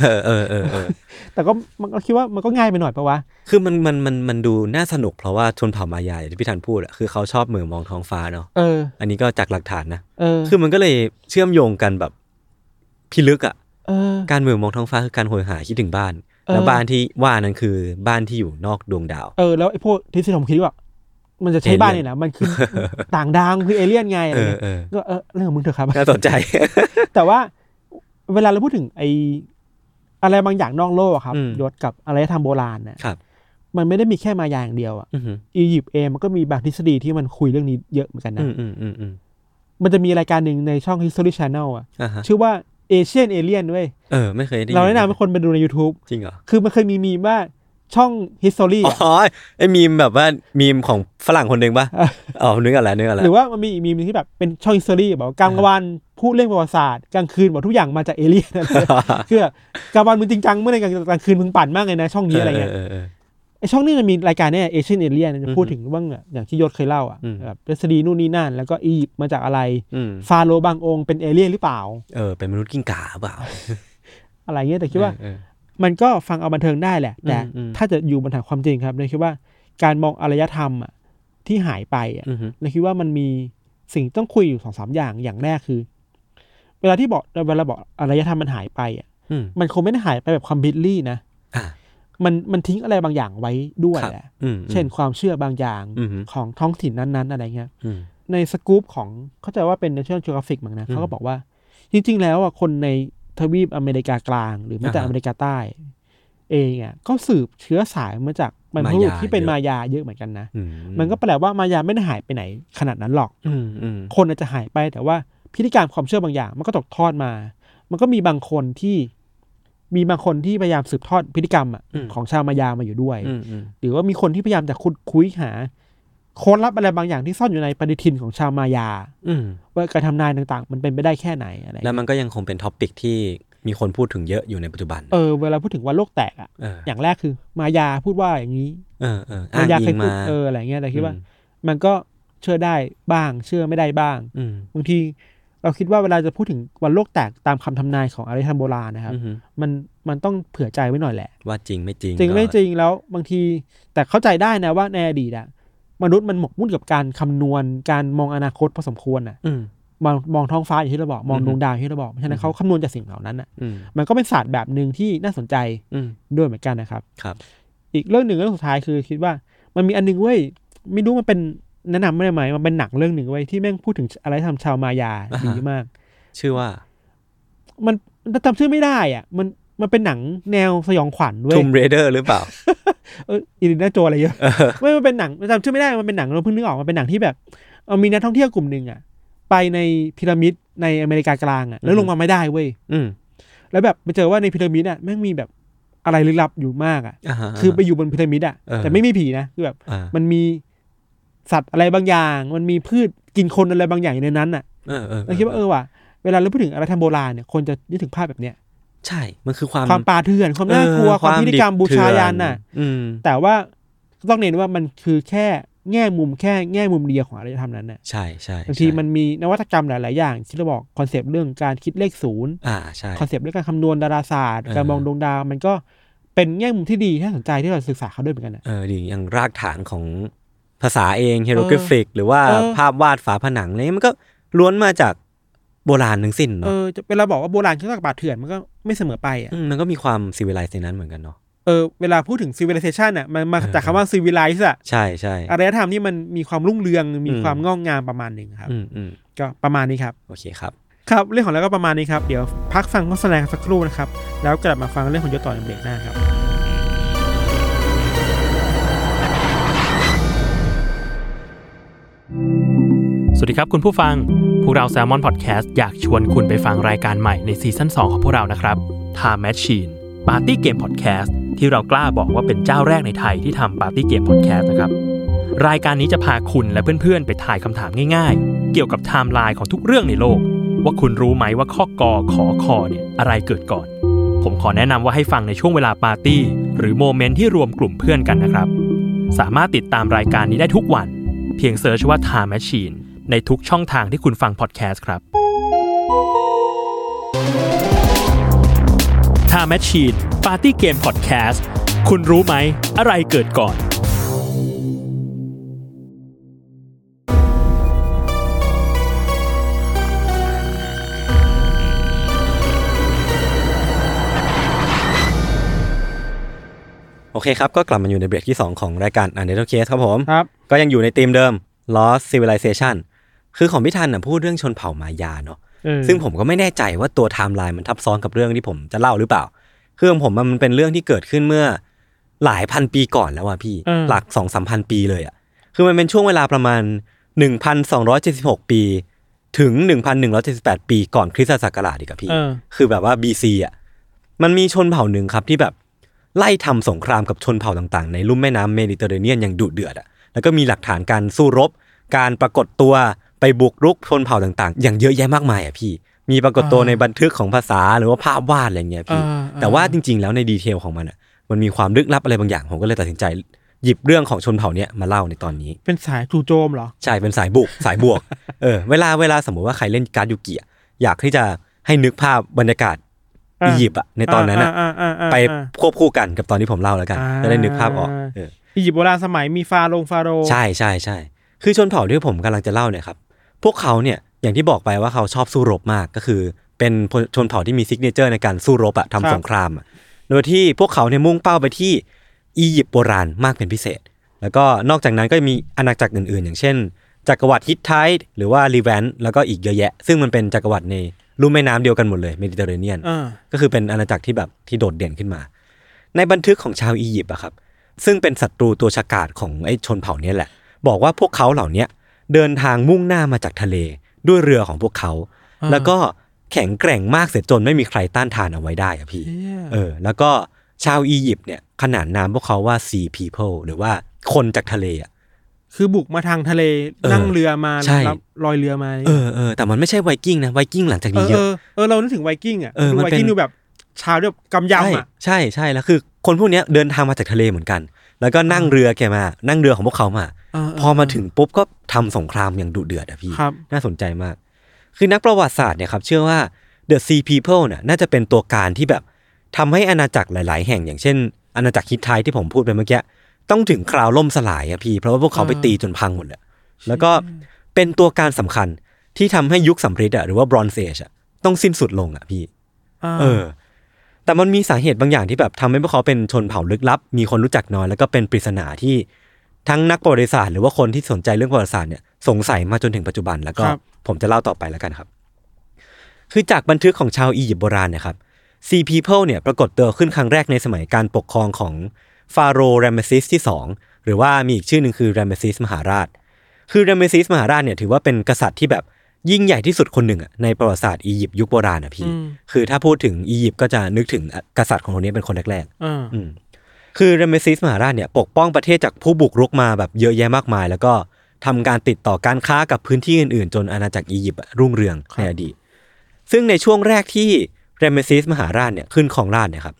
เออเออเออเออ
แต่ก็มันก็คิดว่ามันก็ง่ายไปหน่อยปะวะ
คือมันมันมันมันดูน่าสนุกเพราะว่าชนเผ่ามายาอย่างที่พี่ธันพูดอะคือเขาชอบเหมือมองท้องฟ้าเนาะ
เออ
อันนี้ก็จากหลักฐานนะ
เออ
คือมันก็เลยเชื่อมโยงกันแบบพิลึกอะ
เออ
การเหมือนมองท้องฟ้าคือการโหยหาคิดถึงบ้าน
เออ
แล้วบ้านที่ว่านั้นคือบ้านที่อยู่นอกดวงดาว
เออแล้วไอ้พวกทฤษฎีสมคิดว่า มันจะใช้บ้านเนี่ยนะมันคือ ต่างดาวมันคือเอเลี่ยนไงอะไร
เออ
เงี้ย
เออ
ก็เออเรื่องของมึงเถอะครับ
น่าสน ใจ
แต่ว่าเวลาเราพูดถึงไออะไรบางอย่างนอกโลกอะครับ
อืม
ยศกับอะไรทางโบราณนะครับ มันไม่ได้มีแค่มายาอย่างเดียวอะ
อือหือ
อียิปต์เองมันก็มีบางทฤษฎีที่มันคุยเรื่องนี้เยอะเหมือนกัน
อืม
นะ
อืมอืมอืม
มันจะมีรายการหนึ่งในช่อง History Channel อะ
อ่าฮะ
ชื่อว่า Asian Alien เว้ย
เออ ไม่เคยได้ยิ
เราแนะนำให้คนไปดูใน YouTube
จริงเหรอ
คือมันเคยมีมีมว่า ช่องฮิสโตรี
อ๋อไอ้มีมแบบว่ามีมของฝรั่งคนหนึ่งปะ
เออ
อ๋อนึกอะไรนึกอะไร
หรือว่ามันมีอีกมีมหนึ่งที่แบบเป็นช่องฮิสโตรีแบบว่ากลางวันพูดเรื่องประวัติศาสตร์กลางคืนบอกทุกอย่างมาจากเอเลี่ยน คือกลางวันมึงจริงจังเมื่อไหร่กลางกลางคืนมึงปั่นมากเลยนะช่องนี้อะไรเงี้ย
เออเออ
ไอช่องนี้มันมีรายการเนี่ยเอเชียนเอเลียนจะพูดถึงเรื่องอะอย่างที่ยศเคยเล่าอ่ะ
อืม
แบบทฤษฎีนู่นนี่นั่น แล้วก็อียิปต์มาจากอะไร
อืม
ฟาโรห์บางองค์เป็นเอเลี่ยนหรือเปล่า
เออเป็นมนุษย์กิ้งก่าเปล่า
อะไรเงี้ยแต่คิดว่า
เออ
มันก็ฟังเอาบันเทิงได้แหละ แต่
อืม
ถ้าจะอยู่บนฐานความจริงครับเลยคิดว่าการมองอารยธรรมอ่ะที่หายไปอ่ะ
เอออืม
เลยคิดว่ามันมีสิ่งต้องคุยอยู่สองสามอย่างอย่างแรกคือ เวลาที่บอกเวลาบอกอารยธรรมมันหายไปอ่ะ
อืม
มันคงไม่ได้หายไปแบบคอมพิวลี่นะ
อ่ะ
มันมันทิ้งอะไรบางอย่างไว้ด้วย
ครับ
แหละ
อืมอืม
เช่นความเชื่อบางอย่าง
อือฮึ
ของท้องถิ่นนั้นๆ อะไรเงี้ย
อืม
ในสกู๊ปของเข้าใจว่าเป็น National Geographic มั้งนะ
อืม
เขาก็บอกว่า จริง ๆ แล้วอ่ะคนในทวีปอเมริกากลาง หรือแม้แต่
อ่าฮะ
อเมริกาใต้ เองอ่ะก็สืบเชื้อสายมาจากบรรพบุ
มา
รุษ
ยา
ที่เป็นมายาเยอะเหมือนกันนะ
อื
มันก็แปลว่ามายาไม่ได้หายไปไหนขนาดนั้นหรอก
อืมอืม
คนอาจจะหายไปแต่ว่าพิธีการความเชื่อบางอย่าง มันก็ตกทอดมา มันก็มีบางคนที่มีบางคนที่พยายามสืบทอดพฤติกรรมอะของชาวมายามาอยู่ด้วย
อืมอืม
หรือว่ามีคนที่พยายามจะขุดคุยหาโค้ดลับอะไรบางอย่างที่ซ่อนอยู่ในปฏิทินของชาวมายา
อืม
ว่าการทำนายต่างๆ มันเป็นไปได้แค่ไหนอะไร
แล้วมันก็ยังคงเป็นท็อปิกที่มีคนพูดถึงเยอะอยู่ในปัจจุบัน
เออเวลาพูดถึงว่าโลกแตกอะ
เออ
อย่างแรกคือมายาพูดว่าอย่างนี้
เออเอออ้าม
าง ยา
อิ
เคย
ง
พูด
มา
เอออะไรเงี้ยแต่คิดว่า
อืม
มันก็เชื่อได้บ้าง เชื่อไม่ได้บ้าง
อืม
บางทีเราคิดว่าเวลาจะพูดถึงวันโลกแตกตามคำทำนายของอารยธรรมโบราณนะครับ
อืม
มันมันต้องเผื่อใจไว้หน่อยแหละ
ว่าจริงไม่จริง
จริงไม่
ก็
จริงแล้วบางทีแต่เข้าใจได้นะว่าในอดีตอะมนุษย์มันหมกมุ่นกับการคำนวณการมองอนาคตพอสมควรอะ
อืม
มองมองท้องฟ้าอย่างที่เราบอกมอง
อือฮึ
ดวงดาวอย่างที่เราบอกเพราะฉะนั้นเขาคำนวณจากสิ่งเหล่านั้นอะ
อืม
มันก็เป็นศาสตร์แบบหนึ่งที่น่าสนใจ
อืม
ด้วยเหมือนกันนะครับ
ครับ
อีกเรื่องหนึ่งเรื่องสุดท้ายคือคิดว่ามันมีอันหนึงเว้ยไม่รู้มันเป็นแนะนำไม่ได้ไหมมันเป็นหนังเรื่องหนึ่งเว้ยที่แม่งพูดถึงอะไรทำชาวม ายา
อ่าฮะ
ดีมาก
ชื่อว่า
มันจำชื่อไม่ได้อ่ะมันมันเป็นหนังแนวสยองขวัญเว้
ทู
ย
มเรเดอร์หรือเปล่า
เอออินดิน่าโจอะไรเยอะ
เออ
ไม่มันเป็นหนังจำชื่อไม่ได้ มันเป็นหนังเราเพิ่งนึกออก มันเป็นหนังที่แบบเอามีนักท่องเที่ยวกลุ่มหนึ่งอะไปในพีระมิดในอเมริกากลางอะแล้ว
อืม
ลงมาไม่ได้เว้ย
อืม
แล้วแบบไปเจอว่าในพีระมิดอะแม่งมีแบบอะไรลึกลับอยู่มากอะ
อ่าฮะ
คือไปอยู่บนพีระมิดอะ
เออ
แต่ไม่มีผีนะคือแบบ
อ่า
มันมีสัตว์อะไรบางอย่าง มันมีพืชกินคนอะไรบางอย่างอยู่ในนั้นอะ
เออเออ
เราคิดว่าเออว่ะเวลาเราพูดถึงอะไรทางโบราณเนี่ยคนจะนึกถึงภาพแบบเนี้ย
ใช่ มันคือความ
ความป่าเถื่อนความน่ากลัว
เออ
ความพิธีกรรมบูชายันน่ะ
อืม
แต่ว่าต้องเน้นว่ามันคือแค่แง่มุมแค่แง่มุมเดียวของอารยธรรมนั้นนะ
ใช่ใช่
บางที
ใช่
มันมีนวัตกรรมหลาย ๆ อย่างที่เราบอกคอนเซปต์เรื่องการคิดเลขศูนย์
อ่าใช่
คอนเซปต์เรื่องการคำนวณดาราศาสตร์
เออ
การมองดวงดาว มันก็เป็นแง่มุมที่ดีที่น่าสนใจที่เราศึกษาเขาด้วยเหมือนกันนะ
เออดีอย่างรากฐานของภาษาเองเฮโรกริฟิก หรือว่า
เออ
ภาพวาดฝาผนังอะไรเงี้ยมันก็ล้วนมาจากโบราณทั้งสิ้น
เอ
เนาะ
อจะเวลาบอกว่าโบราณคือตากบาดเถื่อนมันก็ไม่เสมอไปอ่ะ
มมันก็มีความซีวิไลซ์ในนั้นเหมือนกันเนาะ
เออเวลาพูดถึง civilization อ่ะมันมา
เออ
จากคำว่า civilize อ่ะ
ใช่ใช่
อารยธรรมนี่มันมีความรุ่งเรืองมี
อืม
ความงอกงามประมาณหนึ่งครับ
อืมอืม
ก็ประมาณนี้ครับ
โอเคครับ
ครับเรื่องของเราก็ประมาณนี้ครับ เดี๋ยวพักฟังโฆษณากันสักครู่นะครับ แล้วกลับมาฟังเรื่องของยศต่อในเบรกหน้าครับ
สวัสดีครับคุณผู้ฟัง พวกเรา s ซ l m o n Podcast อยากชวนคุณไปฟังรายการใหม่ในซีซั่น2 ของพวกเรานะครับ Time Machine Party Game Podcast ที่เรากล้าบอกว่าเป็นเจ้าแรกในไทยที่ทำ Party Game Podcast นะครับ รายการนี้จะพาคุณและเพื่อนๆ ไปถ่ายคำถามง่ายๆ เกี่ยวกับไทม์ไลน์ของทุกเรื่องในโลก ว่าคุณรู้ไหมว่าข้อกอขอคอเนี่ยอะไรเกิดก่อน ผมขอแนะนำว่าให้ฟังในช่วงเวลาปาร์ตี้หรือโมเมนต์ที่รวมกลุ่มเพื่อนกันนะครับ สามารถติดตามรายการนี้ได้ทุกวัน เพียงเซิร์ชว่า Time Machine ในทุกช่องทางที่คุณฟังพอดแคสต์ครับ Time Machine Party Game Podcast คุณรู้ไหม อะไรเกิดก่อน
โอเคครับ ก็กลับมาอยู่ในเบรกที่ 2 ของรายการ u n d e r t a l Case ครับผม
ครับ
ก็ยังอยู่ในธีมเดิม Lost Civilization คือของพี่ทันน่ะพูดเรื่องชนเผ่ามายาเนาะ ซึ่งผมก็ไม่แน่ใจว่าตัวไทม์ไลน์มันทับซ้อนกับเรื่องที่ผมจะเล่าหรือเปล่า คือของผมอะมันเป็นเรื่องที่เกิดขึ้นเมื่อหลายพันปีก่อนแล้วอ่ะพี่
เออ
หลักสองสามพันปีเลยอ่ะ คือมันเป็นช่วงเวลาประมาณหนึ่งพันสองร้อยเจ็ดสิบหกปี ถึงหนึ่งพันหนึ่งร้อยเจ็ดสิบแปดปีก่อนคริสตศักราชอีกอะพี่
เออ
คือแบบว่าบีซีอ่ะ มันมีชนเผ่าหนึ่งครับที่แบบ ไล่ทำสงครามกับชนเผ่าต่างๆ ในลุ่มแม่น้ำเมดิเตอร์เรเนียนอย่างดุเดือดอะแล้วก็มีหลักฐานการสู้รบ การปรากฏตัวไปบุกรุกชนเผ่าต่างๆ อย่างเยอะแยะมากมายอะพี่ มีปรากฏตัวในบันทึกของภาษาหรือว่าภาพวาดอะไรเงี้ยพี่
อ่าอ่า
แต่ว่าจริงๆ แล้วในดีเทลของมันอะมันมีความลึกลับอะไรบางอย่างผมก็เลยตัดสินใจ หยิบเรื่องของชนเผ่าเนี้ยมาเล่าในตอนนี้
เป็นสายจู่โจมเหรอ
ใช่เป็นสายบุก สายบวก เออเวลาเวลาสมมติว่าใครเล่นการ์ดยูกิอะอยากที่จะให้นึกภาพบรรยากาศ
อ่า
อียิปต์อะในตอนนั้นอะ
อ่าอ่าอ่าอ่า
ไปควบคู่กันกับตอนที่ผมเล่าแล้วกัน
อ่า
จะได้นึกภาพออกเออ
อียิปต์โบราณสมัยมีฟาโรงฟาโรห์
ใช่ใช่ใช่คือชนเผ่าที่ผมกำลังจะเล่าเนี่ยครับพวกเขาเนี่ยอย่างที่บอกไปว่าเขาชอบสู้รบมากก็คือ เป็นชนเผ่าที่มีซิกเนเจอร์ในการสู้รบอะทำสงครามอะโดยที่พวกเขาเนี่ยมุ่งเป้าไปที่อียิปต์โบราณมากเป็นพิเศษ แล้วก็นอกจากนั้นก็มีอาณาจักรอื่นๆ อย่างเช่น จักรวรรดิฮิตไทต์หรือว่าลีแวนแล้วก็อีกเยอะแยะ ซึ่งมันเป็นจักรวรรดิในลุ่มแม่น้ำเดียวกันหมดเลยเมดิเตอร์เรเนียน
อ่า
ก็คือเป็นอาณาจักรที่แบบที่โดดเด่นขึ้นมา ในบันทึกของชาวอียิปต์อะครับ ซึ่งเป็นศัตรูตัวฉกาจของไอ้ชนเผ่าเนี้แหละ บอกว่าพวกเขาเหล่าเนี้ยเดินทางมุ่งหน้ามาจากทะเล ด้วยเรือของพวกเขา แล้วก็แข็งแกร่งมากเสียจนไม่มีใครต้านทานเอาไว้ได้อะพี่
เหี้ย
เออแล้วก็ชาวอียิปต์เนี่ยขนานนามพวกเขาว่า sea people หรือว่าคนจากทะเลอะ
คือบุกมาทางทะเล
เออ
นั่งเรือมา
ใช่
รับลอยเรือมา
เออเออแต่มันไม่ใช่ไวกิ้งนะไวกิ้งหลังจาก
เอ
นี้
อ
เย
เอ
อะ
อเออเรานึกถึงไวกิ้งอ่ะ
เออ
ดู
มัน
ไว
เป็น
กิ้งดูแบบชาวแบบกำยำอ่ะ
ใช่ใช่ใช่แล้วคือคนพวกเนี้ยเดินทางมาจากทะเลเหมือนกัน แล้วก็นั่งเรือแกมานั่งเรือของพวกเขามา
เออเออ
พอมาถึงปุ๊บก็ทำสงครามอย่างดุเดือดอะพี่
ครับ
น่าสนใจมาก คือนักประวัติศาสตร์เนี่ยครับเชื่อว่า The Sea People น่ะน่าจะเป็นตัวการที่แบบทำให้อาณาจักรหลาย ๆ แห่งอย่างเช่น อาณาจักรฮิตไทที่ผมพูดไปเมื่อกี้ต้องถึงคราวล่มสลายอะพี่ เพราะว่าพวกเขาไปตีจนพังหมดเลยแล้วก็เป็นตัวการสำคัญที่ทำให้ยุคสำริดอะหรือว่า Bronze Age อะต้องสิ้นสุดลงอะพี่
า
เออ แต่มันมีสาเหตุบางอย่างที่แบบทำให้พวกเขาเป็นชนเผ่าลึกลับ มีคนรู้จักน้อย แล้วก็เป็นปริศนาที่ทั้งนักประวัติศาสตร์หรือว่าคนที่สนใจเรื่องประวัติศาสตร์เนี่ยสงสัยมาจนถึงปัจจุบันแล้วก็
ครับ
ผมจะเล่าต่อไปแล้วกันครับ คือจากบันทึกของชาวอียิปต์โบราณเนะครับ Sea People เนี่ยปรากฏตัวขึ้นครั้งแรกในสมัยการปกครองของฟาโรห์แรมเซสที่ 2 หรือว่ามีอีกชื่อหนึ่งคือแรมเซสมหาราช คือแรมเซสมหาราชเนี่ยถือว่าเป็นกษัตริย์ที่แบบยิ่งใหญ่ที่สุดคนหนึ่งอะในประวัติศาสตร์อียิปต์ยุคโบราณอะพี่
อืม
คือถ้าพูดถึงอียิปต์ก็จะนึกถึงกษัตริย์ของคนนี้เป็นคนแรก
อ่า
ๆอืมคือเรเมซิสมหาราชเนี่ยปกป้องประเทศจากผู้บุกรุกมาแบบเยอะแยะมากมาย แล้วก็ทำการติดต่อการค้ากับพื้นที่อื่นๆ จนอาณาจักรอียิปต์รุ่งเรืองในอดีต ซึ่งในช่วงแรกที่เรเมซิสมหาราชเนี่ยขึ้นครองราชย์เนี่ยครับ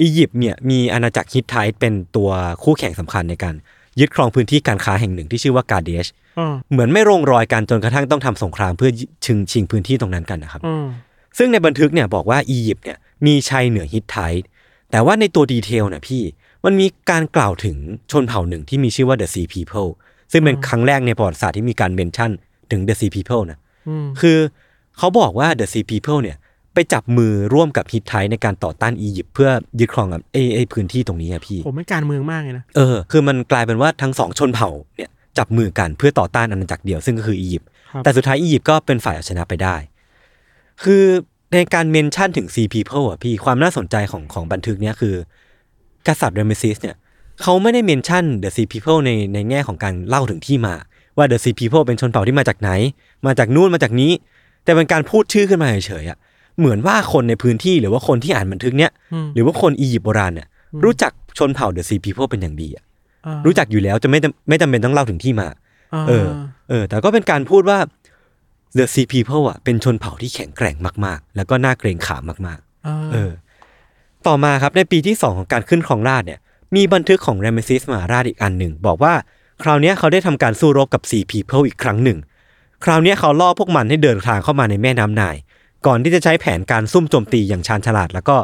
อียิปต์เนี่ยมีอาณาจักรฮิตไทต์เป็นตัวคู่แข่งสำคัญในการยึดครองพื้นที่การค้าแห่งหนึ่งที่ชื่อว่ากาเดช
อ่า
เหมือนไม่ลงรอยกันจนกระทั่งต้องทำสงครามเพื่อชิงชิงพื้นที่ตรงนั้นกันนะครับ
อ่า
ซึ่งในบันทึกเนี่ยบอกว่าอียิปต์เนี่ยมีชายเหนือฮิตไทต์แต่ว่าในตัวดีเทลนะพี่มันมีการกล่าวถึงชนเผ่าหนึ่งที่มีชื่อว่า The Sea People ซึ่งเป็นครั้งแรกในประวัติศาสตร์ที่มีการเมนชั่นถึง The Sea People นะ
อืม
คือเขาบอกว่า The Sea People เนี่ยไปจับมือร่วมกับฮิตไทต์ในการต่อต้านอียิปต์เพื่อยึดครองกับไอ้ไอ้พื้นที่ตรงนี้อะพี่
ผมเป็นการเมืองมากเลยนะ
เออ คือมันกลายเป็นว่าทั้งสองชนเผ่าเนี่ยจับมือกันเพื่อต่อต้านอาณาจักรเดียวซึ่งก็คืออียิปต์
ครับ
แต่สุดท้ายอียิปต์ก็เป็นฝ่ายเอาชนะไปได้ คือในการเมนชั่นถึง Sea People อ่ะพี่ความน่าสนใจของของบันทึกเนี้ยคือ กษัตริย์เรเมซิสเนี่ยเขาไม่ได้เมนชั่น The Sea People ในในแง่ของการเล่าถึงที่มา ว่า The Sea People เป็นชนเผ่าที่มาจากไหน มาจากนู่นมาจากนี้ แต่เป็นการพูดชื่อขึ้นมาเฉยๆอ่ะเหมือนว่าคนในพื้นที่หรือว่าคนที่อ่านบันทึกเนี้ย
อืม
หรือว่าคนอียิปต์โบราณเนี่ยรู้จักชนเผ่า The Sea People เป็นอย่างดีอ่ะ
อ่า
รู้จักอยู่แล้วจะไม่จำไม่จำเป็นต้องเล่าถึงที่มา
า
เออ เออ แต่ก็เป็นการพูดว่า The Sea People อ่ะเป็นชนเผ่าที่แข็งแกร่งมากๆ แล้วก็น่าเกรงขามมาก
า
ๆ เออ ต่อมาครับในปีที่ 2 ของการขึ้นครองราชย์เนี่ย มีบันทึกของแรมเซสมหาราชอีกอันหนึ่ง บอกว่าคราวเนี้ยเขาได้ทำการสู้รบกับ Sea People อีกครั้งหนึ่ง คราวเนี้ยเขาล่อพวกมันให้เดินทางเข้ามาในแม่น้ำไนาย ก่อนที่จะใช้แผนการซุ่มโจมตีอย่างชาญฉลาด แล้วก็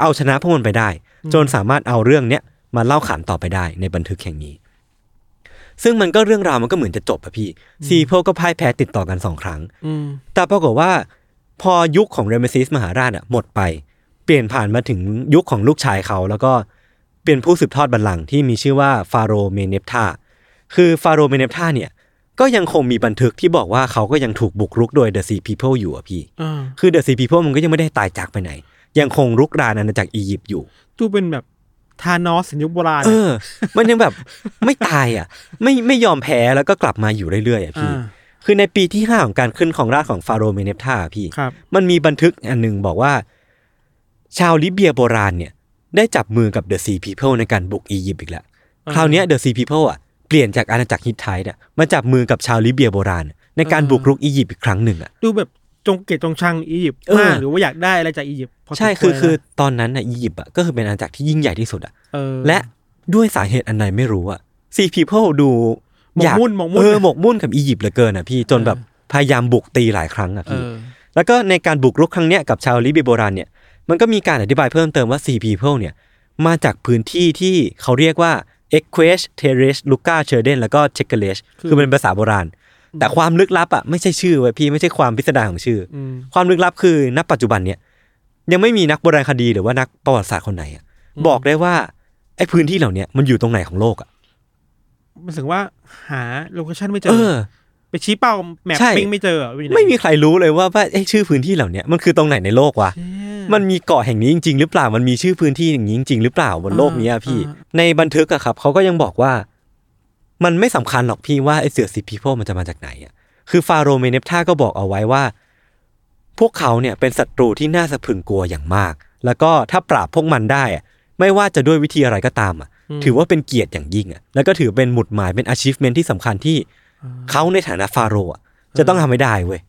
เอาชนะพวกมันไปได้ จนสามารถเอาเรื่องเนี้ยมาเล่าขานต่อไปได้ในบันทึกแห่งนี้ ซึ่งมันก็เรื่องราวมันก็เหมือนจะจบอะพี่ซีเพลก็พ่ายแพ้ติดต่อกันสองครั้ง
อืม
แต่ปรากฏว่า พอยุคของเรเมซิสมหาราชอะหมดไป เปลี่ยนผ่านมาถึงยุคของลูกชายเขา แล้วก็เป็นผู้สืบทอดบัลลังก์ที่มีชื่อว่าฟาโรห์เมเนปธาคือฟาโรห์เมเนปธาเนี่ย ก็ยังคงมีบันทึกที่บอกว่าเขาก็ยังถูกบุกรุกโดยเดอะซีพีเพิลอยู่อะพี่
อ่า
คือเดอะซีพีเพิลมันก็ยังไม่ได้ตายจากไปไหน ยังคงรุกรานอาณาจักรอียิปต์อยู่
ดูเป็นแบบทานอสยุคโบราณ
เออ มันยังแบบ ไม่ตายอ่ะ ไม่ไม่ยอมแพ้แล้วก็กลับมาอยู่เรื่อยๆอ่ะพี่
อ่า
คือในปีที่ห้าของการขึ้นของราชย์ของฟาโรห์เมเนปธาพี่
ครับ
มันมีบันทึกอันหนึ่งบอกว่า ชาวลิเบียโบราณเนี่ย ได้จับมือกับเดอะซีพีเพิลในการบุกอียิปต์อีกแล้ว
เออ
คราวเนี้เดอะซีพีเพิลอ่ะเปลี่ยนจากอาณาจักรฮิตไทต์อะมาจับมือกับชาวลิเบียโบราณ ในการบุกรุกอียิปต์อีกครั้งหนึ่งอ่ะ
ดูแบบจงเกลียดจงชังอียิปต์
เออ
มากหรือว่าอยากได้อะไรจากอียิปต์พสม
ใช่คือ
วรนะ
คือตอนนั้นน่ะอียิปต์อ่ะก็คือเป็นอาณาจักรที่ยิ่งใหญ่ที่สุดอ่ะ
เออ
และด้วยสาเหตุอันใดไม่รู้อะซีพีเพิลดู
หมก
อยา
มุ่นหมกมุ่น
เออหมกมุ่นกับอียิปต์เหลือเกินอะพี่จนแบบพยายามบุกตีหลายครั้งอะ
เอ
พี่
อ
แล้วก็ในการบุกรุกครั้งเนี้ยกับชาวลิเบียโบราณเนี่ยมันก็มีการอธิบายเพิ่มเติมว่าซีพีเพิลเนี่ยมาจากพื้นที่ที่เขาเรียกว่าเอ็กเควชเทเรชลูกาเชเดนแล้วก็เชกเกเลช
คือ
คือเป็นภาษาโบราณ แต่ความลึกลับอะไม่ใช่ชื่อเว้ยพี่ไม่ใช่ความพิสดารของชื่ออ
อืม
ความลึกลับคือณปัจจุบันเนี่ยยังไม่มีนักโบราณคดีหรือว่านักประวัติศาสตร์คนไหนอะ
อืม
บอกได้ว่าไอ้พื้นที่เหล่าเนี้ยมันอยู่ตรงไหนของโลกอ่ะ
มันถึงว่าหาโลเคชั่นไม่เจ
เอ
อ
อ
ไปชี้เป้าแมป
ใช่
ปิ้งไม่เจอเหรอว่าอยู่หน
ไม่มีใครรู้เลยว่าว่าไอ้ชื่อพื้นที่เหล่าเนี้ยมันคือตรงไหนในโลกวะ
เชี่ย
มันมีเกาะแห่งนี้จริง ๆ หรือเปล่า มันมีชื่อพื้นที่อย่างนี้จริง ๆ หรือเปล่าบนโลกเนี้ยพี่
อ่า
ในบันทึกอะครับเขาก็ยังบอกว่า มันไม่สำคัญหรอกพี่ว่าไอ้เสือสีพีโพมันจะมาจากไหนอะคือฟาโรห์เมเนปท่าก็บอกเอาไว้ว่า พวกเขาเนี่ยเป็นศัตรูที่น่าสะพรึงกลัวอย่างมาก แล้วก็ถ้าปราบพวกมันได้อะไม่ว่าจะด้วยวิธีอะไรก็ตามอะ
ม
ถือว่าเป็นเกียรติอย่างยิ่งอ่ะ แล้วก็ถือเป็นหมุดหมายเป็น achievement ที่สำคัญที่เขาในฐานะฟาโรห์อะจะต้องทำให้ได้เว้ย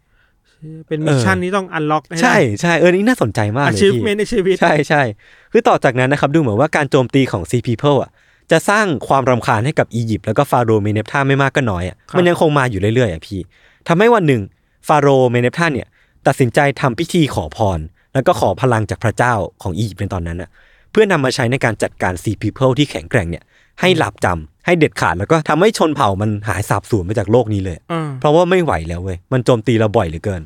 เป็นมิชชั่นที่ต้องอันล็อก
ใช่ใช่เออนี่น่าสนใจมาก
อา
เลย
ชีพ
พี่
เมนในชีวิต
ใช่ใช่คือต่อจากนั้นนะครับ ดูเหมือนว่าการโจมตีของ Sea People อ่ะจะสร้างความรำคาญให้กับอียิปต์แล้วก็ฟาโรห์เมเนปท่าไม่มากก็น้อยอ่ะมันยังคงมาอยู่เรื่อยๆอ่ะพี่ทำให้วันหนึ่งฟาโรห์เมเนปท่าเนี่ยตัดสินใจทำพิธีขอพร แล้วก็ขอพลังจากพระเจ้าของอียิปต์ในตอนนั้นอ่ะเพื่อนำมาใช้ในการจัดการ Sea People ที่แข็งแกร่งเนี่ยให้หลับจำให้เด็ดขาดแล้วก็ทำให้ชนเผ่ามันหายสาบสูญไปจากโลกนี้เลย
อ่า
เพราะว่าไม่ไหวแล้วเว้ย มันโจมตีเราบ่อยเหลือเกิน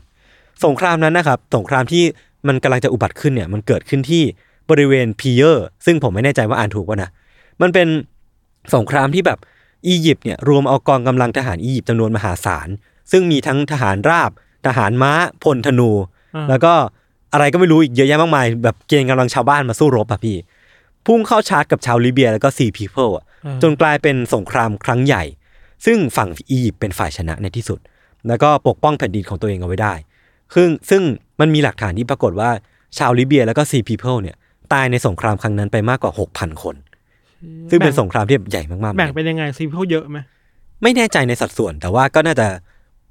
สงครามนั้นนะครับ สงครามที่มันกำลังจะอุบัติขึ้นเนี่ย มันเกิดขึ้นที่บริเวณพีเยอร์ ซึ่งผมไม่แน่ใจว่าอ่านถูกป่ะนะ มันเป็นสงครามที่แบบอียิปต์เนี่ยรวมเอากองกำลังทหารอียิปต์จำนวนมหาศาล ซึ่งมีทั้งทหารราบ ทหารม้า พลธนู แล้วก็อะไรก็ไม่รู้อีกเยอะแยะมากมาย แบบเกณฑ์กำลังชาวบ้านมาสู้รบอะพี่ พุ่งเข้าชาร์จกับชาวลิเบียแล้วก็ซีพีเพิลอะ จนกลายเป็นสงครามครั้งใหญ่ ซึ่งฝั่งอียิปต์เป็นฝ่ายชนะในที่สุด แล้วก็ปกป้องแผ่นดินของตัวเองเอาไว้ได้ซึ่งซึ่งมันมีหลักฐานที่ปรากฏว่าชาวลิเบียแล้วก็ซีพีเพิลเนี่ยตายในสงครามครั้งนั้นไปมากกว่า 6,000 คน ซึ่งเป็นสงครามที่ใหญ่มากๆ
แบ่งเป็นยังไงซีพีเขาเยอะไหม
ไม่แน่ใจในสัดส่วน แต่ว่าก็น่าจะ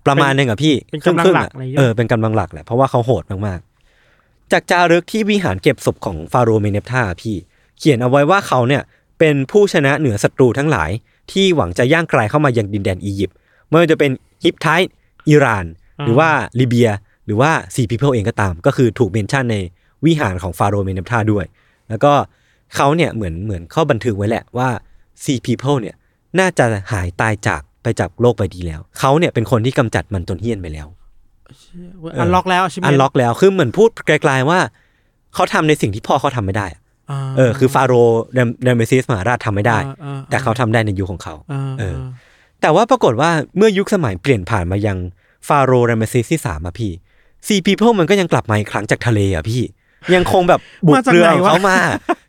ประมาณหนึงอะพี่
เป็นกำลังหลัก
ค
อะไรอ
รึ่ๆ
ย่างเงี้ย
เออเป็นกำลังหลักแหละเพราะว่าเขาโหดมากๆ จากจารึกที่วิหารเก็บศพของฟาโรห์เมเนปท่าพี่ เขียนเอาไว้ว่าเขาเนี่ยเป็นผู้ชนะเหนือศัตรูทั้งหลาย ที่หวังจะย่างไกลเข้ามายังดินแดนอียิปต์ไม่ว่าจะเป็นฮิปไทต์อิหร่าน หรือว่าลิเบีย หรือว่าซีพีเพิลเองก็ตาม ก็คือถูกเมนชั่นในวิหารของฟาโรห์เมเนปท่าด้วย แล้วก็เขาเนี่ยเหมือนเหมือนเข้าบันทึกไว้แหละว่าซีพีเพิลเนี่ยน่าจะหายตายจากไปจากโลกใบนี้แล้ว เขาเนี่ยเป็นคนที่กำจัดมันจนเฮี้ยนไปแล้ว
อันล็อกแล้วใช่ไหม
อันล็อกแล้วคือเหมือนพูดไกลๆว่า เขาทำในสิ่งที่พ่อเขาทำไม่ได้อะเออคือฟาโรห์เดมเดมเมซิสมหาราชทำไม่ได้ แต่เขาทำได้ในยุคของเขา เออ แต่ว่าปรากฏว่าเมื่อยุคสมัยเปลี่ยนผ่านมายังฟาโรห์เรมเซสที่สามอะพี่ซีพีเพิลมันก็ยังกลับมาอีกครั้งจากทะเลอะพี่ ยังคงแบบบุก
มาจาก
เรือ
ไหน
ของ
วะ
เขามา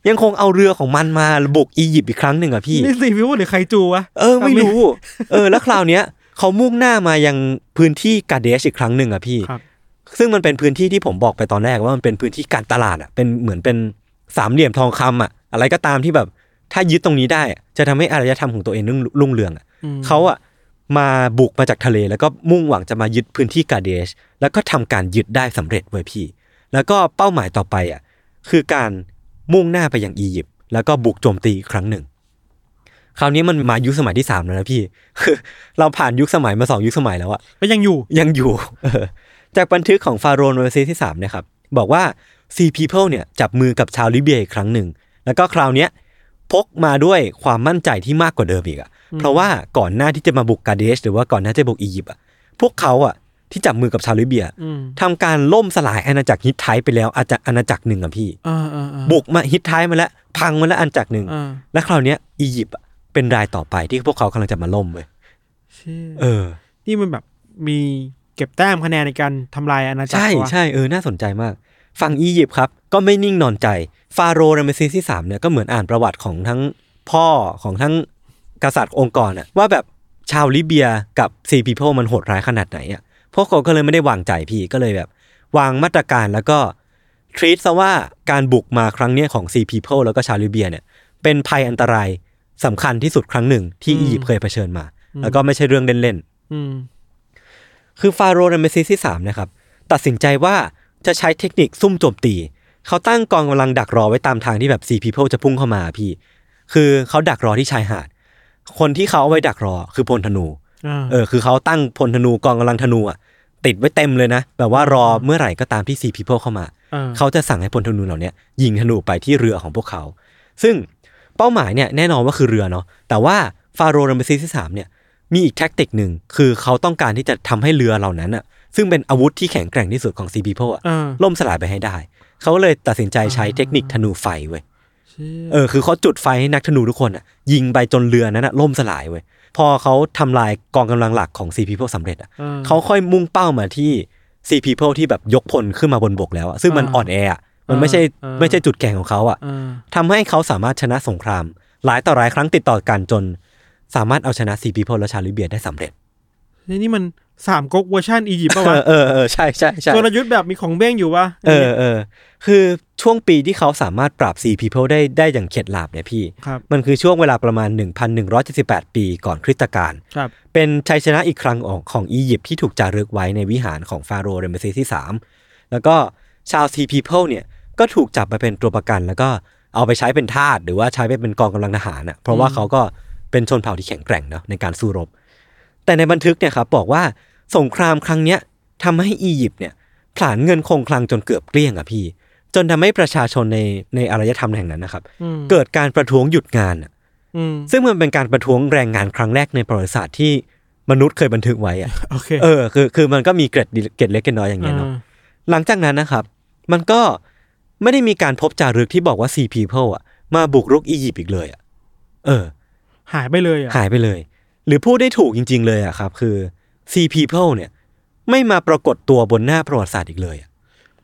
ยังคงเอาเรือของมันมาบุกอียิปต์อีกครั้งหนึ่งอะพี่
นี่ซีพีเขาหรือใครจูวะ
เออไม่รู้ เออ แล้วคราวเนี้ยเขามุ่งหน้ามายังพื้นที่กาเดชอีกครั้งหนึ่งอะพี่
ครับ
ซึ่งมันเป็นพื้นที่ที่ผมบอกไปตอนแรกว่ามันเป็นพื้นที่การตลาดอะเป็นเหมือนเป็นสามเหลี่ยมทองคำอะอะไรก็ตามที่แบบ ถ้ายึดตรงนี้ได้อะจะทำให้อารยธรรมของตัวเองรุ่งรุ่งเรืองอะ
อืม
เขาอะมาบุกมาจากทะเลแล้วก็มุ่งหวังจะมายึดพื้นที่กาเดชแล้วก็ทำการยึดได้สำเร็จเว้ยพี่ แล้วก็เป้าหมายต่อไปอะคือการมุ่งหน้าไปยังอียิปต์แล้วก็บุกโจมตีอีกครั้งหนึ่ง คราวนี้มันมายุคสมัยที่สามแล้วนะพี่ คือเราผ่านยุคสมัยมาสองยุคสมัยแล้วอะ
ก็ยังอยู่
ยังอยู่ เออ จากบันทึกของฟาโรห์โนเวซีที่สามเนะครับ บอกว่าซีพีเพิลเนี่ยจับมือกับชาวลิเบียอีกครั้งหนึ่ง แล้วก็คราวเนี้ยพกมาด้วยความมั่นใจที่มากกว่าเดิมอีกอะเพราะว่าก่อนหน้าที่จะมาบุกกาเดชหรือว่าก่อนหน้าจะบุกอียิปต์อะพวกเขาอะที่จับมือกับชาวลิเบีย
อืม
ทำการล่มสลายอาณาจักรฮิตไทต์ไปแล้วอาจจะอาณาจักรหนึ่งอะพี่
อ่าอ่าอ่า
บุกมาฮิตไทต์มาแล้วพังมาแล้วอาณาจักรหนึ่ง
อ่า
และคราวเนี้ยอียิปต์อะเป็นรายต่อไปที่พวกเขากำลังจะมาล่มเว้ย
เชี่ย
เออ
นี่มันแบบมีเก็บแต้มคะแนนในการทำลายอาณาจักร
ใช่
วะ
ใช่เออน่าสนใจมาก ฝั่งอียิปต์ครับ ก็ไม่นิ่งนอนใจ ฟาโรห์เรเมซิสที่สามเนี่ยก็เหมือนอ่านประวัติของทั้งพ่อของทั้งกษัตริย์องค์กรอะว่าแบบชาวลิเบียกับซีพีเพิลมันโหดร้ายขนาดไหนอะพวกเขาก็เลยไม่ได้วางใจพี่ก็เลยแบบ วางมาตรการแล้วก็ ทรีตซะว่าการบุกมาครั้งเนี้ยของซีพีเพลแล้วก็ชาวลิเบียเนี่ยเป็นภัยอันตรายสำคัญที่สุดครั้งหนึ่งที่อียิปต์เคยเผชิญมา แล้วก็ไม่ใช่เรื่องเล่นๆ
อืม
คือฟาโรห์รัมเมซิสที่สามนะครับตัดสินใจว่าจะใช้เทคนิคซุ่มโจมตี เขาตั้งกองกำลังดักรอไว้ตามทางที่แบบซีพีเพลจะพุ่งเข้ามาพี่ คือเขาดักรอที่ชายหาด คนที่เขาเอาไว้ดักรอคือพลธนู
อ่า
เออคือเขาตั้งพลธนูกองกำลังธนูอะติดไว้เต็มเลยนะ แบบว่ารอเมื่อไหร่ก็ตามที่ซีพีเพลเข้ามา
อ่า
เขาจะสั่งให้พลธนูเหล่าเนี้ยยิงธนูไปที่เรือของพวกเขา ซึ่งเป้าหมายเนี่ยแน่นอนว่าคือเรือเนาะ แต่ว่าฟาโรห์รัมเบซีสที่สามเนี่ยมีอีกแท็กติกหนึ่งคือเขาต้องการที่จะทำให้เรือเหล่านั้นอะซึ่งเป็นอาวุธที่แข็งแกร่งที่สุดของซีบีโพอะ
อ่า
ล่มสลายไปให้ได้ เขาเลยตัดสินใจใช้เทคนิคธนูไฟเว้ย
เชี่ย
เออคือเขาจุดไฟให้นักธนูทุกคนอะยิงไปจนเรือนั้นอะล่มสลายเว้ย พอเขาทำลายกองกำลังหลักของซีพีโพสำเร็จอะ
า
เขาค่อยมุ่งเป้ามาที่ Sea People ที่แบบยกพลขึ้นมาบนบกแล้วอะซึ่งมัน
อ่า
อ่อนแออะมันไม่ใช่
อ่า
ไม่ใช่จุดแข็งของเขาอะ
อ่า
ทำให้เขาสามารถชนะสงคราม หลายต่อหลายครั้งติดต่อกันจน สามารถเอาชนะ Sea People และชาวลิเบียได้สำเร็จ
นี่นี่มันสามก๊กเวอร์ชันอียิปต์
เอ
ปะวะ
อเออเออใช่ใช่ใช่
กลยุทธ์แบบมีของเบ้งอยู่ปะ
เออเออคือช่วงปีที่เขาสามารถปราบ Sea People ได้ได้อย่างเข็ดหลาบเนี่ยพี่
ครับ
มันคือช่วงเวลาประมาณ 1,178 ปีก่อนคริสตกาล
ครับ
เป็นชัยชนะอีกครั้งของของอียิปต์ที่ถูกจารึกไว้ในวิหารของฟาโรห์เรมเซสที่ 3 แล้วก็ชาวซีพีเพิลเนี่ยก็ถูกจับไปเป็นตัวประกัน แล้วก็เอาไปใช้เป็นทาสหรือว่าใช้ไปเป็นกองกำลังทหารอ่ะเพราะว่าเขาก็เป็นชนเผ่าที่แข็งแกร่งเนาะในการสู้รบ แต่ในบันทึกเนี่ยครับบอกว่าสงครามครั้งเนี้ยทำให้อียิปต์เนี่ยผลาญเงินคงคลังจนเกือบเกลี้ยงอ่ะพี่ จนทำให้ประชาชนในในอารยธรรมแห่งนั้นนะครับ
อืม
เกิดการประท้วงหยุดงานอะ
อืม
ซึ่งมันเป็นการประท้วงแรงงานครั้งแรกในประวัติศาสตร์ที่มนุษย์เคยบันทึกไว้อะ
โอเค
เออคือคือมันก็มีเกร็ดดีเกร็ดเล็กเกร็ดน้อยอย่างเงี้ยเนาะ
อ่า
หลังจากนั้นนะครับ มันก็ไม่ได้มีการพบจารึกที่บอกว่า Sea People อ่ะมาบุกรุกอียิปต์อีกเลยอ่ะเออ
หายไปเลยอ่ะ
หายไปเลย หรือพูดได้ถูกจริง ๆ เลยอ่ะครับ คือ Sea People เนี่ย ไม่มาปรากฏตัวบนหน้าประวัติศาสตร์อีกเลยอะ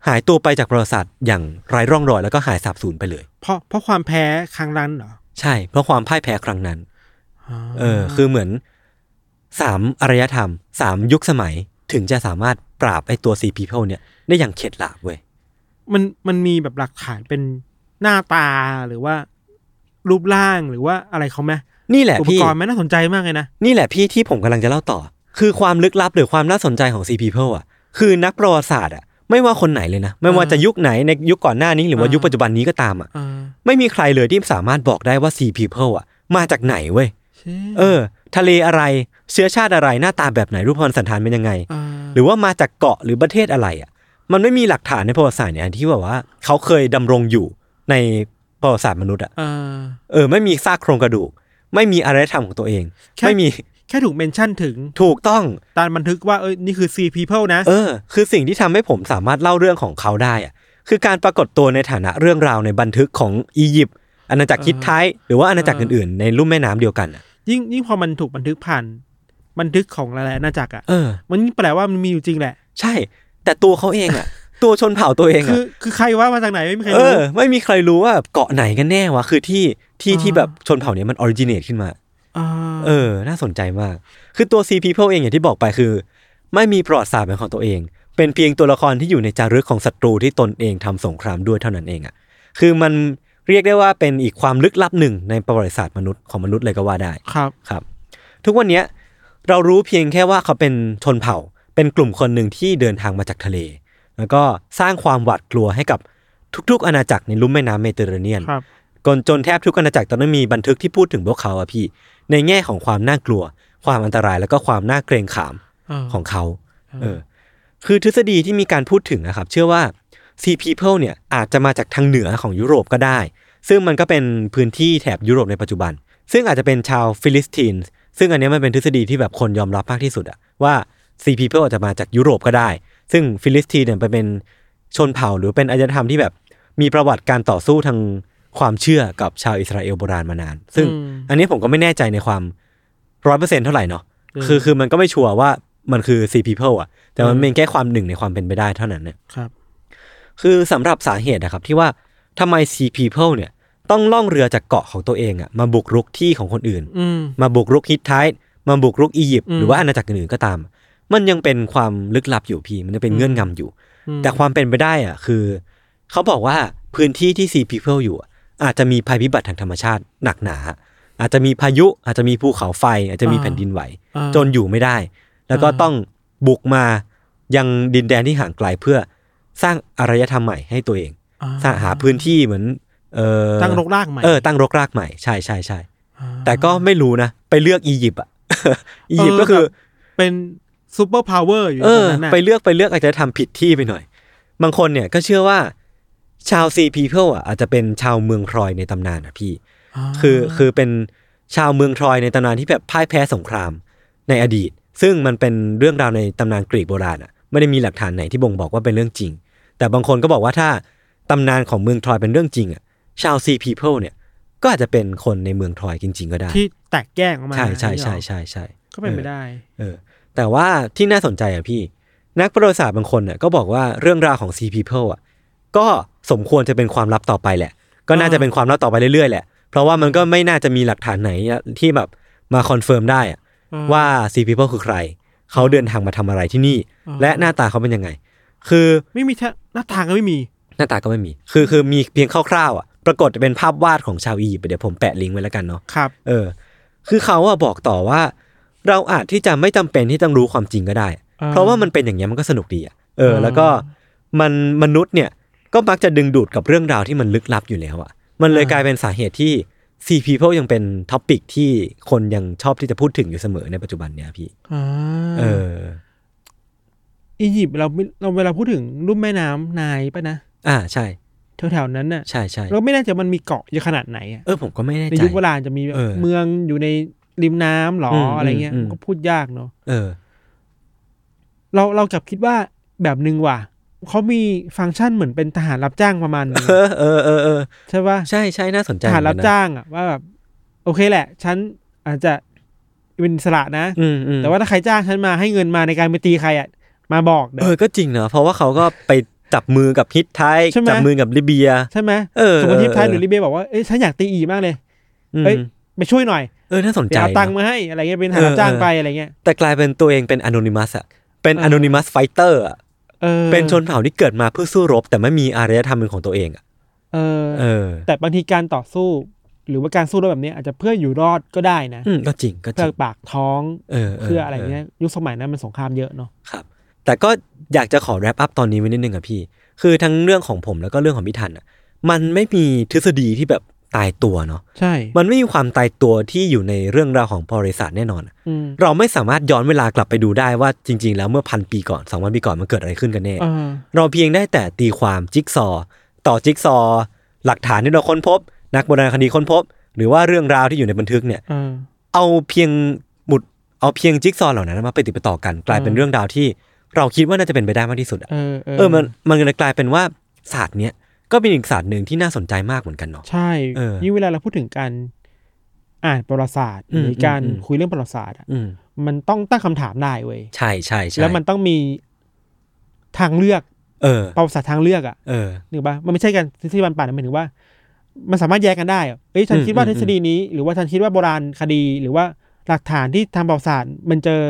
หายตัวไปจากประวัติศาสตร์อย่างไร้ร่องรอยแล้วก็หายสาบสูญไปเลย
เพราะเพราะความแพ้ครั้งนั้นเหรอ
ใช่ เพราะความพ่ายแพ้ครั้งนั้น
า
เออคือเหมือนสามอารยธรรมสามยุคสมัยถึงจะสามารถปราบไอตัวซีพีเพลเนี่ย ได้อย่างเข็ดหลาบเว้ย
มันมันมีแบบหลักฐานเป็นหน้าตาหรือว่า รูปร่างหรือว่าอะไรเขาไหม
นี่แหละ
อุป
พี่
กรณ์ไหมน่าสนใจมากเลยนะ
นี่แหละพี่ที่ผมกำลังจะเล่าต่อ คือความลึกลับหรือความน่าสนใจของซีพีเพลอ่ะ คือนักประวัติศาสตร์อ่ะไม่ว่าคนไหนเลยนะ ไม่ว่าจะยุคไหนในยุคก่อนหน้านี้หรือว่า
อ่า
ยุ
ยุ
คปัจจุบันนี้ก็ตามอ่ะ
อ่า
ไม่มีใครเลยที่สามารถบอกได้ว่าซีพีเพลอ่ะมาจากไหนเว้ย
เชี่ย
เออ ทะเลอะไรเชื้อชาติอะไรหน้าตาแบบไหนรูปพรรณสันฐานเป็นยังไง
า
หรือว่ามาจากเกาะหรือประเทศอะไรอ่ะ มันไม่มีหลักฐานในประวัติศาสตร์เนี่ยที่แบบว่าเขาเคยดำรงอยู่ในประวัติศาสตร์มนุษย์อ่ะ
อ่า
เออไม่มีซากโครงกระดูก ไม่มีอารยธรรมของตัวเอง
แค่
ไม่มี
แค่ถูกเมนชั่นถึง
ถูกต้อง
ตามบันทึกว่าเอ้ยนี่คือ sea people นะ
เออ คือสิ่งที่ทำให้ผมสามารถเล่าเรื่องของเขาได้อ่ะ คือการปรากฏตัวในฐานะเรื่องราวในบันทึกของอียิปต์อาณาจักรคิดไทยหรือว่าอาณาจักร
เอออื่
อื่นๆ ในลุ่มแม่น้ำเดียวกันอ่ะ
ยิ่งยิ่งพอมันถูกบันทึกผ่าน บันทึกของหลายๆอาณาจักรอ่ะ
เออ
มันยิ่งแปลว่ามันมีอยู่จริงแหละ
ใช่ แต่ตัวเขาเองอ่ะ ตัวชนเผ่าตัวเอง
คื
อ่ะ
อคือใครว่ามาจากไหนไม่มีใคร
เอ
รู้
อไม่มีใครรู้ว่าเกาะไหนกันแน่วะคือที่ที่
อ่า
ที่แบบชนเผ่าเนี้ยมันออริจิเนตขึ้นมา
า
เออ น่าสนใจมาก คือตัว Sea People เองอย่างที่บอกไปคือ ไม่มีประวัติศาสตร์เป็นของตัวเอง เป็นเพียงตัวละครที่อยู่ในจารึกของศัตรูที่ตนเองทำสงครามด้วยเท่านั้นเองอะ่ะคือมันเรียกได้ว่าเป็นอีกความลึกลับหนึ่งในประวัติศาสตร์มนุษย์ของมนุษย์เลยก็ว่าได้
ครับ
ครับทุกวันเนี้ยเรารู้เพียงแค่ว่าเขาเป็นชนเผ่า เป็นกลุ่มคนหนึ่งที่เดินทางมาจากทะเล แล้วก็สร้างความหวาดกลัวให้กับทุกๆ อาณาจักรในลุ่มแม่น้ำเมดิเตอร์เรเนียน
ครับ
จนจนแทบทุกอาณาจักรตอนนั้นมีบันทึกที่พูดถึงพวกเขาอะพี่ ในแง่ของความน่ากลัว ความอันตรายแล้วก็ความน่าเกรงขาม
า
ของเขา
อ่า
เออ คือทฤษฎีที่มีการพูดถึงนะครับ เชื่อว่า Sea People เนี่ยอาจจะมาจากทางเหนือของยุโรปก็ได้ ซึ่งมันก็เป็นพื้นที่แถบยุโรปในปัจจุบัน ซึ่งอาจจะเป็นชาวฟิลิสตินส์ซึ่งอันเนี้ยมันเป็นทฤษฎีที่แบบคนยอมรับมากที่สุดอะว่า Sea People อาจจะมาจากยุโรปก็ได้ ซึ่งฟิลิสตินเนี่ยไปเป็นชนเผ่าหรือเป็นอารยธรรมที่แบบมีประวัติการต่อสู้ทางความเชื่อกับชาวอิสราเอลโบราณมานาน ซึ่ง
อืม
อันนี้ผมก็ไม่แน่ใจในความร้อยเปอร์เซ็นเท่าไหร่เนาะ
อืม
คือคือมันก็ไม่ชัวร์ว่ามันคือ sea people อ่ะ แต่มันเป็นแค่ความหนึ่งในความเป็นไปได้เท่านั้นเนี่ย
ครับ
คือสำหรับสาเหตุนะครับที่ว่าทำไม sea people เนี่ยต้องล่องเรือจากเกาะของตัวเองอ่ะมาบุกรุกที่ของคนอื่น
อืม
มาบุกรุกฮิตไทส์มาบุกรุกอียิปต์
อืม
หรือว่าอาณาจักรอื่นๆก็ตาม มันยังเป็นความลึกลับอยู่พี่ มันจะเป็นเงื่อนงำอยู่ แต่ความเป็นไปได้อ่ะคือ เขาบอกว่าพื้นที่ที่ซีพีเพิลอยู่อะอาจจะมีภัยพิบัติทางธรรมชาติหนักหนา อาจจะมีพายุอาจจะมีภูเขาไฟ อาจจะมี
อ่า
แผ่นดินไหว
อ่า
จนอยู่ไม่ได้ แล้วก็
อ่า
ต้องบุกมายังดินแดนที่ห่างไกลเพื่อสร้างอารยธรรมใหม่ให้ตัวเอง
อ่
สร้างหาพื้นที่เหมือน เออ
ตั้งรกรากใหม่
เออตั้งรกรากใหม่ใช่ใช่ใช่
อ่า
แต่ก็ไม่รู้นะ ไปเลือกอียิปต์อ่ะ อียิปต์
เออ
ก็คือ
เป็นซูเปอร์พาวเวอร์อยู่
เอ
ตร
อ
งนั้นน่ะ
ไปเลือกไปเลือกอาจจะทำผิดที่ไปหน่อย บางคนเนี่ยก็เชื่อว่าชาวซีพีเพิลอ่ะอาจจะเป็นชาวเมืองทรอยในตำนานนะพี่
า
คือคือเป็นชาวเมืองทรอยในตำนานที่แบบพ่ายแพ้สงครามในอดีต ซึ่งมันเป็นเรื่องราวในตำนานกรีกโบราณอ่ะไม่ได้มีหลักฐานไหนที่บ่งบอกว่าเป็นเรื่องจริง แต่บางคนก็บอกว่าถ้าตำนานของเมืองทรอยเป็นเรื่องจริงอ่ะชาวซีพีเพิลเนี่ยก็อาจจะเป็นคนในเมืองทรอยจริง ๆ ก็ได้
ที่แตกแยกออกมา
ใช่ใช่
นี่หรอ
ใช่ใช่ใช่
ก็เป็นไปได้
เออแต่ว่าที่น่าสนใจอ่ะพี่ นักประวัติศาสตร์บางคนเนี่ยก็บอกว่าเรื่องราวของ Sea People อ่ะก็สมควรจะเป็นความลับต่อไปแหละ ก็น่า
อ่า
จะเป็นความลับต่อไปเรื่อยๆแหละ เพราะว่ามันก็ไม่น่าจะมีหลักฐานไหนที่แบบมาคอนเฟิร์มได้อ่ะ
เออ
ว่า Sea People คือใคร เขาเดินทางมาทำอะไรที่นี่
อ่า
และหน้าตาเขาเป็นยังไง คือ
ไม่มีทะหน้าทางก็ไม่มี
หน้าตาก็ไม่มี คือคือมีเพียงคร่าวๆอ่ะปรากฏเป็นภาพวาดของชาวอียิปต์เดี๋ยวผมแปะลิงก์ไว้แล้วกันเนาะ
ครับ
เออ คือเขาอะบอกต่อว่า เราอาจที่จะไม่จำเป็นที่ต้องรู้ความจริงก็ได้
อ่า
เพราะว่ามันเป็นอย่างเงี้ยมันก็สนุกดีอะเออ
อ่า
แล้วก็มันมนุษย์เนี่ยก็มักจะดึงดูดกับเรื่องราวที่มันลึกลับอยู่แล้วอะมันเลยกลายเป็นสาเหตุที่ Sea People ยังเป็นท็อปิกที่คนยังชอบที่จะพูดถึงอยู่เสมอในปัจจุบันเนี่ยพี่
อ่า
เออ
อียิปต์เราไม่เราเวลาพูดถึงรุ่มแม่น้ำไนายปะนะ
อ่าใช่
แถวๆนั้นน่ะ
ใช่ใช่
เราไม่แน่ใจมันมีเกาะเยอะขนาดไหนอะ
เออผมก็ไม่แน่
ใน
ใจ
ยุคโบราณจะมีแบบ
เออ
เมืองอยู่ในริมน้ำหรอ
อืม
อะไรเงี้ย
อืม
มันก็พูดยากเนาะ
เออ
เราเรากลับคิดว่าแบบหนึ่งว่ะเขามีฟังก์ชันเหมือนเป็นทหารรับจ้างประมาณหนึง
เออเออเออเออ
ใช่ปะ
ใช่ใช่น่าสนใจ
ทหารรับ
เหมือนกันนะ
จ้างอะว่าแบบโอเคแหละ ฉันอาจจะเป็นอิสระนะ
อืมอืม
แต่ว่าถ้าใครจ้างฉันมาให้เงินมาในการไปตีใครอ่ะมาบอกเดี๋ย
เอ
ว
อ ก็จริงนะ เพราะว่าเขาก็ไปจับมือกับฮิตไทย
ใช่ไหม
จับมือกับลิเบีย
ใช่ไหม
เออ
สมมติทีมไทยหรือ
เออ
ลิเบียบอกว่าเอ้ยฉันอยากตีอีมากเลย
อืม
เอ้ย ไปช่วยหน่อย
เออ น่าสน
เดี๋
ใจ
ยวเอาตังค์
นะ
มาให้อะไรเงี้ยเป็นท
เอ
หาร
อ
รับจ้าง
เออ
ไปอะไรเงี้ย
แต่กลายเป็นตัวเองเป็นอ n o นิมัสอะเป็น
เออ
อ n o นิมัสไฟเตอร์อะ
เออ
เป็นชนเผ่าที่เกิดมาเพื่อสู้รบ แต่ไม่มีอารยธรรมเป็นของตัวเองอะ
เออ
เออ
แต่บางทีการต่อสู้ หรือว่าการสู้รบแบบเนี้ยอาจจะเพื่ออยู่รอดก็ได้นะ
อืมก็จริง ก็จ
เพื่
ริ
อง ปากท้อง
เออ
เพื่ออะไรเงี้ยยุคสมัยนั้นมันสงครามเยอะเนาะ
ครับ แต่ก็อยากจะขอแรปอัพตอนนี้ไว้นิดนึงอะพี่ คือทั้งเรื่องของผมแล้วก็เรื่องของพี่ทันอะมันไม่มีทฤษฎีที่แบบตายตัวเนาะ
ใช่
มันไม่มีความตายตัวที่อยู่ในเรื่องราวของบริษัทแน่นอนอะ
อืม
เราไม่สามารถย้อนเวลากลับไปดูได้ว่าจริง ๆ แล้วเมื่อพันปีก่อนสองพันปีก่อนมันเกิดอะไรขึ้นกันแน่
เออ
เราเพียงได้แต่ตีความจิ๊กซอว์ต่อจิ๊กซอว์หลักฐานที่เราค้นพบ นักโบราณคดีค้นพบ หรือว่าเรื่องราวที่อยู่ในบันทึกเนี่ย
เออ
เอาเพียงหมุดเอาเพียงจิ๊กซอว์เหล่านั้นมาไปติดไปต่อกัน กลายเป็น
อืม
เรื่องราวที่เราคิดว่าน่าจะเป็นไปได้มากที่สุดอะ
เออ
เออมันมันเลยกลายเป็นว่าศาสตร์เนี้ยก็เป็นอีกศาสตร์หนึ่งที่น่าสนใจมากเหมือนกันเนาะ
ใช่
เออ
ยิ่งเวลาเราพูดถึงการอ่านประวัติศาสตร์
อืม
หรือการ
อืมอืม
คุยเรื่องประวัติศาสตร์อะ
อืม
มันต้องตั้งคำถามได้เว้ย
ใช่ใช่ใช่
แล้วมันต้องมีทางเลือก
เออ
ประวัติศาสตร์ทางเลือกอ่ะ
เออ
นึกปะมันไม่ใช่การทฤษฎีบันป่านหมายถึงว่า มันสามารถแยกกันได้อะเอ้ยฉัน
อืม
คิดว่า
อืม
ทฤษฎีนี้ หรือว่าฉันคิดว่าโบราณคดี หรือว่าหลักฐานที่ทางประวัติศาสตร์ มันเจอ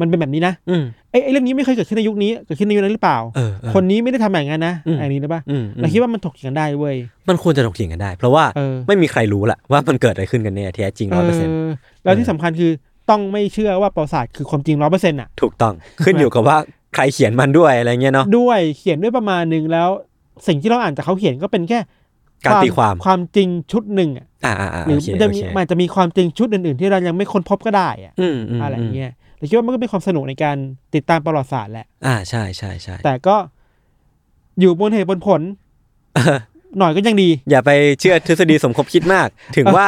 มันเป็นแบบนี้นะ
อืม
เอ้ยไอ้เรื่องนี้ไม่เคยเกิดขึ้นในยุคนี้เกิดขึ้นในยุคนั้นหรือเปล่า
เออเออ
คนนี้ไม่ได้ทำอย่างนั้นนะ
อืม
อันนี้นะปะ
อืมอืม
เราคิดว่ามันถกเถียงกันได้เว้ย
มันควรจะถกเถียงกันได้ เพราะว่า
เออ
ไม่มีใครรู้แหละว่ามันเกิดอะไรขึ้นกันแน่แท้จริงร้อยเปอร์เซ็นต์
เออแล้ว
เออ
ที่สำคัญคือต้องไม่เชื่อว่าประวัติศาสตร์คือความจริงร้อยเปอร์เซ็นต์อ่ะ
ถูก ต้อง ขึ้นอยู่กับว่าใครเขียนมันด้วยอะไรเงี้ยเนาะ
ด้วยเขียนด้วยประมาณหนึ่งแล้ว สิ่งที่เราอ่านจากเขาเขียนก็เป็นแค่
การตีความ
ความจริงชุดหนึ่งอะ
อ่าอ่าอ่า
หรือ
โอเค
มันจะ
โอ
มี
เค
มันอาจจะมีความจริงชุดอื่น ๆ ที่เรายังไม่ค้นพบก็ได้อะ
อืมม
อะไรเงี้ยเราคิดว่ามันก็เป็นความสนุกในการติดตามประวัติศาสตร์แหละ
อ่าใช่ใช่ใช่
แต่ก็อยู่บนเหตุบนผ ล
เออ
หน่อยก็ยังดี
อย่าไปเชื่อทฤษฎีสมคบคิดมาก ถึงว่า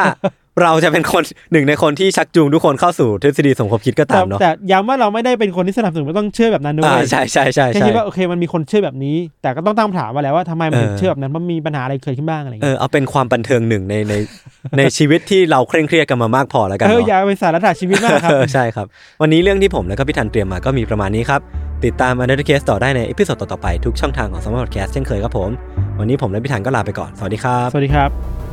เราจะเป็น คนหนึ่งในคนที่ชักจูงทุกคนเข้าสู่ทฤษฎีสมคบคิดก็
แต่
ตามเนาะ
แต่ย้ำว่าเราไม่ได้เป็นคนที่สนับสนุนว่าต้องเชื่อแบบนั้นด้ว
อ่าย ใช่ใช่ใช่
แค่
ใช่
คิดว่าโอเคมันมีคนเชื่อแบบนี้ แต่ก็ต้องตั้งคำถามมาแหล้วว่าทำไมมันถึง
เออ
เชื่อแบบนั้นเพราะมีปัญหาอะไรเกิดขึ้นบ้างอะไร
เอ
เงี้ย
อเอาเป็นความบันเทิงหนึ่งในในในชีวิตที่เราเคร่งเครียดกันมามากพอแล้วกัน
เออ
เนาะ
อย่าไปสารถาชีวิตมากครับ
เออใช่ครับ วันนี้เรื่องที่ผมและก็พี่ทันเตรียมมาก็มีประมาณนี้ครับ ติดตาม u n d e r t a Case ต่อได้ในเอพิโซดต่อๆไปทุกช่องทางของ s ม m e r Podcast เช่นเคยครับผม วันนี้ผมและพี่ทันก็ลาไปก่อน สวัสดีครับ
สวัสดีครับ